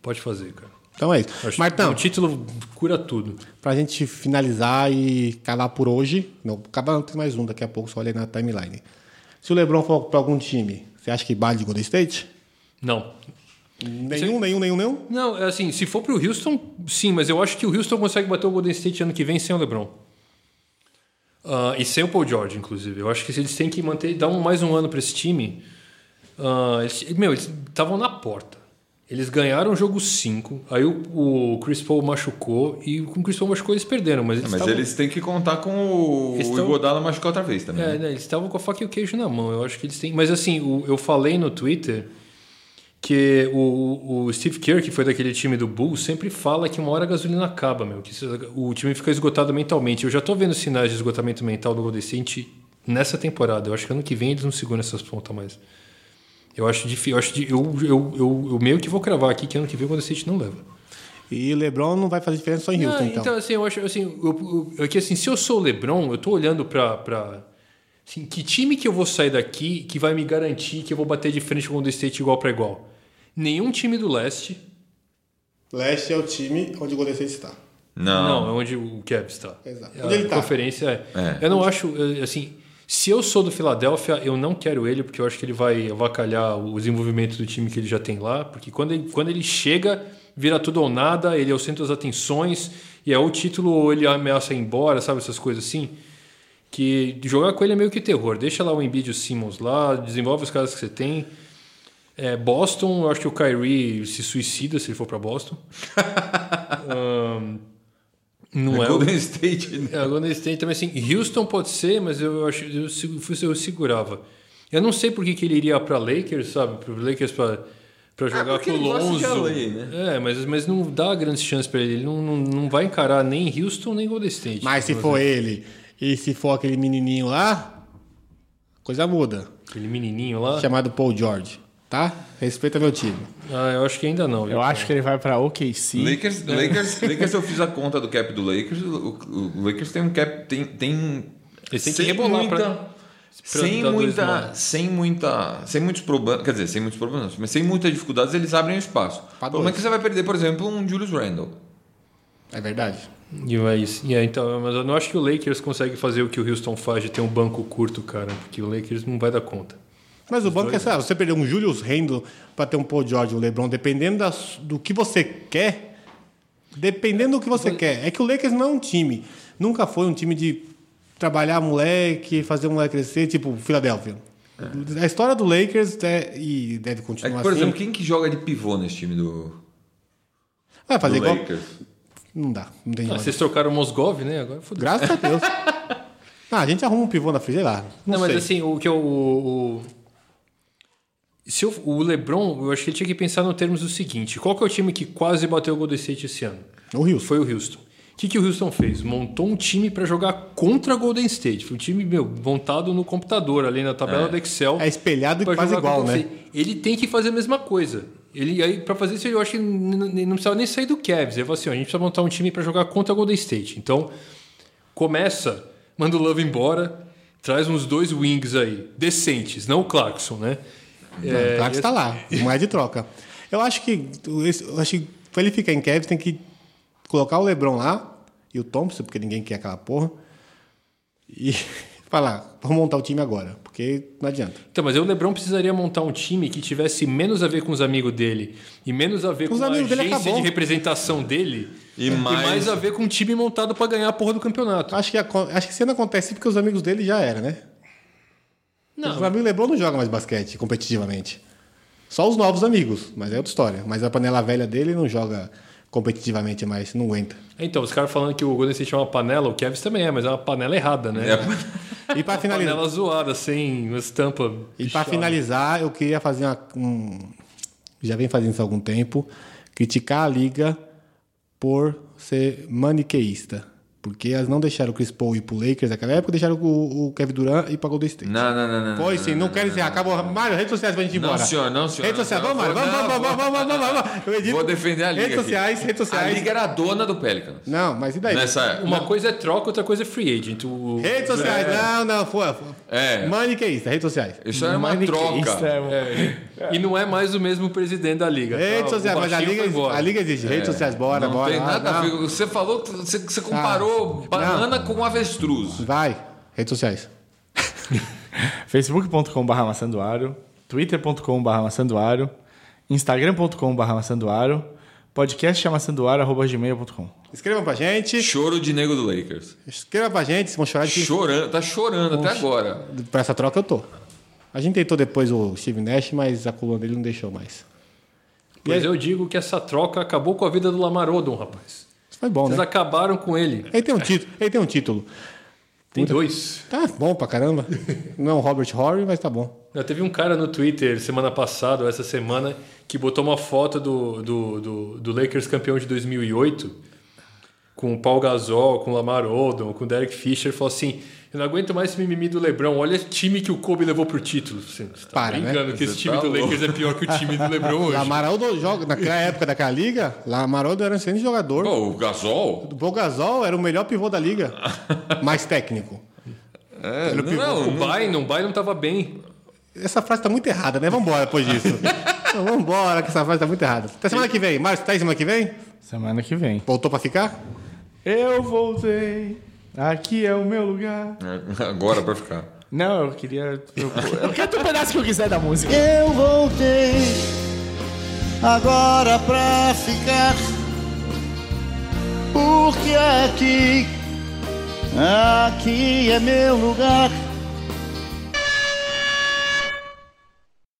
Speaker 4: pode fazer, cara.
Speaker 1: Então é isso.
Speaker 4: Eu acho
Speaker 1: Martão,
Speaker 4: que o título cura tudo.
Speaker 1: pra gente finalizar e calar por hoje. Não, acabar não tem mais um, daqui a pouco só olha aí na timeline. Se o Lebron for pra algum time, você acha que bate Golden State?
Speaker 4: Não,
Speaker 1: Nenhum, nenhum, nenhum, nenhum?
Speaker 4: Não, é assim, se for pro Houston, sim, mas eu acho que o Houston consegue bater o Golden State ano que vem sem o LeBron. Ah, e sem o Paul George, inclusive. Eu acho que eles têm que manter, dar um, mais um ano pra esse time. Ah, eles- meu, eles estavam na porta. Eles ganharam o jogo 5, aí o, o Chris Paul machucou, e com o Chris Paul machucou eles perderam, mas eles
Speaker 2: É, Mas
Speaker 4: estavam-
Speaker 2: eles têm que contar com o,
Speaker 4: Eles
Speaker 2: o
Speaker 4: tão-
Speaker 2: Iguodala machucar outra vez também.
Speaker 4: é,
Speaker 2: né?
Speaker 4: né, eles estavam com a faca e o queijo na mão. Eu acho que eles têm. Mas assim, o- eu falei no Twitter que o, o Steve Kerr, que foi daquele time do Bulls, sempre fala que uma hora a gasolina acaba, meu. Que se- o time fica esgotado mentalmente. Eu já tô vendo sinais de esgotamento mental do Golden State nessa temporada. Eu acho que ano que vem eles não seguram essas pontas mais. Eu acho difícil. Eu, acho de- eu, eu, eu, eu meio que vou cravar aqui que ano que vem o Golden State não leva.
Speaker 1: E o Lebron não vai fazer diferença só em Houston,
Speaker 4: Não,
Speaker 1: então.
Speaker 4: então, assim, eu acho assim, eu, eu- é que, assim, se eu sou o LeBron, eu tô olhando pra. pra assim, que time que eu vou sair daqui que vai me garantir que eu vou bater de frente com o Golden State igual pra igual? Nenhum time do leste.
Speaker 1: Leste é o time onde o Golden State está.
Speaker 4: Não,
Speaker 2: Não.
Speaker 4: é onde o Cavs está.
Speaker 1: Exato.
Speaker 4: A
Speaker 1: Onde ele tá.
Speaker 4: conferência é.
Speaker 2: É.
Speaker 4: Eu não acho, eh, assim, se eu sou do Filadélfia, eu não quero ele porque eu acho que ele vai avacalhar o desenvolvimento do time que ele já tem lá, porque quando ele, quando ele chega, vira tudo ou nada, ele é o centro das atenções e é o título ou ele ameaça ir embora, sabe essas coisas assim. Que jogar com ele é meio que terror. Deixa lá o Embiid e o Simmons lá, desenvolve os caras que você tem. É, Boston, eu acho que o Kyrie se suicida se ele for pra Boston. Ahn, Não é, o-
Speaker 2: Golden State. né?
Speaker 4: É, o Golden State também assim. Houston pode ser, mas eu acho eu, se- eu segurava. Eu não sei por que, que ele iria para Lakers, sabe? Para Lakers para para jogar
Speaker 2: Ah, porque
Speaker 4: com o
Speaker 2: ele gosta de
Speaker 4: Lonzo.
Speaker 2: LA, né?
Speaker 4: É, mas mas não dá grandes chances para ele. Ele não, não, não vai encarar nem Houston nem Golden State.
Speaker 1: Mas se for ele e se for aquele menininho lá, coisa muda.
Speaker 4: aquele menininho lá,
Speaker 1: Chamado Paul George, tá? Respeita meu time.
Speaker 4: ah, eu acho que ainda não. viu,
Speaker 2: Então,
Speaker 3: Eu
Speaker 4: cara?
Speaker 3: acho que ele vai pra OKC.
Speaker 2: Lakers,
Speaker 4: né?
Speaker 2: Lakers, Lakers, eu fiz a conta do cap do Lakers. O, o- o Lakers tem um cap. Tem. tem
Speaker 4: Eles têm que
Speaker 2: sem
Speaker 4: rebolar
Speaker 2: muita-
Speaker 4: pra-
Speaker 2: Sem
Speaker 4: dar dois
Speaker 2: muita,
Speaker 4: nove.
Speaker 2: sem muita. Sem muitos problemas. Quer dizer, sem muitos problemas, mas sem muitas dificuldades, eles abrem espaço.
Speaker 1: Pra
Speaker 2: O problema é
Speaker 1: dois.
Speaker 2: que você vai perder, por exemplo, um Julius Randle.
Speaker 1: É verdade.
Speaker 4: E é isso. E é, então, mas eu não acho que o Lakers consegue fazer o que o Houston faz de ter um banco curto, cara, porque o Lakers não vai dar conta.
Speaker 1: Mas o banco é só,
Speaker 4: né?
Speaker 1: você perder um Julius Randle pra ter um Paul George, um LeBron, dependendo da su- do que você quer, dependendo do que você quer. É que o Lakers não é um time, nunca foi um time de trabalhar moleque, fazer o moleque crescer, tipo Filadélfia.
Speaker 4: É.
Speaker 1: A história do Lakers é, e deve
Speaker 2: É que,
Speaker 1: continuar
Speaker 2: por
Speaker 1: assim.
Speaker 2: exemplo, quem que joga de pivô nesse time do,
Speaker 1: Vai
Speaker 2: do
Speaker 1: fazer igual.
Speaker 2: Lakers?
Speaker 1: Não dá, não tem
Speaker 4: Ah,
Speaker 1: jeito.
Speaker 4: vocês trocaram o Mosgov, né? Agora fodeu.
Speaker 1: Graças a Deus. Ah, a gente arruma um pivô na frente, sei lá. Não,
Speaker 4: Não, mas
Speaker 1: sei.
Speaker 4: assim, o que eu. O, o- se eu- o LeBron, eu acho que ele tinha que pensar no termos do seguinte: qual que é o time que quase bateu o Golden State esse ano?
Speaker 1: O Houston.
Speaker 4: Foi o Houston. O que, que o Houston fez? Montou um time para jogar contra o Golden State. Foi um time, meu, montado no computador, ali na tabela do Excel.
Speaker 1: É espelhado e
Speaker 4: pra
Speaker 1: quase
Speaker 4: jogar
Speaker 1: igual,
Speaker 4: contra o
Speaker 1: né?
Speaker 4: Golden State. Ele tem que fazer a mesma coisa. Ele aí para fazer isso, eu acho que n- n- não precisava nem sair do Cavs. Ele falou assim, ó, a gente precisa montar um time para jogar contra o Golden State. Então, começa, manda o Love embora, traz uns dois wings aí, decentes, não o Clarkson, né?
Speaker 1: É, claro que está lá, não é de troca. Eu acho que o- esse- eu acho que pra ele ficar em Cavs tem que colocar o LeBron lá e o Thompson, porque ninguém quer aquela porra. E falar, vamos montar o time agora, porque não adianta.
Speaker 4: Então, mas aí o LeBron precisaria montar um time que tivesse menos a ver com os amigos dele e menos a ver
Speaker 1: Os
Speaker 4: com a
Speaker 1: amigos dele
Speaker 4: agência
Speaker 1: acabou.
Speaker 4: de representação dele
Speaker 2: E mais-
Speaker 4: a ver com um time montado para ganhar a porra do campeonato.
Speaker 1: Acho que acon- acho que isso não acontece porque os amigos dele já era, né?
Speaker 4: Não.
Speaker 1: Os amigos LeBron não jogam mais basquete competitivamente. Só os novos amigos, mas é outra história. Mas a panela velha dele não joga competitivamente mais, não aguenta.
Speaker 4: Então, os caras falando que o Golden State é uma panela, o Cavs também é, mas é uma panela errada, né?
Speaker 2: É,
Speaker 1: E para
Speaker 4: Uma
Speaker 1: finalizar,
Speaker 4: panela zoada, sem uma estampa.
Speaker 1: E para
Speaker 2: né?
Speaker 4: bichada.
Speaker 1: finalizar, eu queria fazer uma, um. Já vem fazendo isso há algum tempo. Criticar a liga por ser maniqueísta. Porque elas não deixaram o Chris Paul ir pro Lakers naquela época, deixaram o, o Kevin Durant ir pra Golden State.
Speaker 2: não, não, não, não.
Speaker 1: Foi sim, não quero encerrar. Acabou. Mário, redes sociais pra gente ir
Speaker 2: Não,
Speaker 1: embora.
Speaker 2: senhor, não, senhor,
Speaker 1: Redes
Speaker 2: não,
Speaker 1: sociais,
Speaker 2: senhor.
Speaker 1: vamos, Mário,
Speaker 2: Vou-
Speaker 1: vamos, vamos,
Speaker 2: não,
Speaker 1: vamos, vamos, vamos, vamos, vamos. Eu edito.
Speaker 2: Vou defender a liga.
Speaker 1: Redes
Speaker 2: aqui.
Speaker 1: sociais, redes
Speaker 2: A
Speaker 1: sociais.
Speaker 2: liga era a dona do Pelicans.
Speaker 1: Não, mas e daí?
Speaker 2: Nessa época.
Speaker 4: Uma coisa é troca, outra coisa é free agent. O...
Speaker 1: Redes sociais, não, não, foi. foi.
Speaker 2: É.
Speaker 1: Maniqueísta, redes sociais.
Speaker 2: Isso era é uma
Speaker 3: Isso
Speaker 2: troca.
Speaker 3: é um-
Speaker 4: E não é mais o mesmo presidente da liga.
Speaker 1: Redes
Speaker 4: tá? O
Speaker 1: sociais, mas a
Speaker 4: baixinho
Speaker 1: liga,
Speaker 4: foi embora.
Speaker 1: a liga existe. Redes sociais, bora,
Speaker 2: não
Speaker 1: bora.
Speaker 2: tem
Speaker 1: ah,
Speaker 2: nada
Speaker 1: não.
Speaker 2: a ver. com- Você falou, que você, você comparou banana com avestruz.
Speaker 1: Vai, redes sociais.
Speaker 3: facebook.com.br maçandoaro, twitter.com.br maçandoaro, instagram.com.br maçandoaro, podcast.maçandoaro.gmail.com.
Speaker 1: Escreva pra gente.
Speaker 2: Choro de nego do Lakers.
Speaker 1: Escreva pra gente, se vão chorar de
Speaker 2: Chorando, tá chorando até agora.
Speaker 1: Pra essa troca eu tô. A gente tentou depois o Steve Nash, mas a coluna dele não deixou mais.
Speaker 4: Mas eu digo que essa troca acabou com a vida do Lamar Odom, rapaz.
Speaker 1: Isso foi bom,
Speaker 4: Vocês
Speaker 1: né?
Speaker 4: acabaram com ele.
Speaker 1: Ele tem um título. Ele tem um título.
Speaker 4: Tem dois.
Speaker 1: Tá bom pra caramba. Não é um Robert Horry, mas tá bom.
Speaker 4: Não, teve um cara no Twitter semana passada, ou essa semana, que botou uma foto do, do, do, do Lakers campeão de 2008 com o Paul Gasol, com o Lamar Odom, com o Derek Fisher, falou assim: Eu não aguento mais esse mimimi do Lebron, olha o time que o Kobe levou pro título. Assim, você tá
Speaker 1: Para, né?
Speaker 4: brincando que esse
Speaker 2: Você
Speaker 4: time
Speaker 2: tá
Speaker 4: do
Speaker 2: louco.
Speaker 4: Lakers é pior que o time do Lebron hoje.
Speaker 1: Lamaraldo joga naquela época daquela liga. Lamaraldo era um excelente jogador.
Speaker 2: Pô, o Gasol?
Speaker 1: O Bogazol era o melhor pivô da liga. Mais técnico.
Speaker 2: É,
Speaker 1: Ele pivô.
Speaker 4: Não, o Bynum, o Bynum tava bem.
Speaker 1: Essa frase tá muito errada, né? Vambora depois disso. Não, Vambora, que essa frase tá muito errada. Até semana que vem. Márcio, tá aí semana que vem?
Speaker 3: Semana que vem.
Speaker 1: Voltou pra ficar?
Speaker 3: Eu voltei, aqui é o meu lugar.
Speaker 2: É, Agora pra ficar.
Speaker 3: Não, eu queria. Eu, eu canto o pedaço que eu quiser da música.
Speaker 5: Eu voltei agora pra ficar, porque aqui, aqui é meu lugar.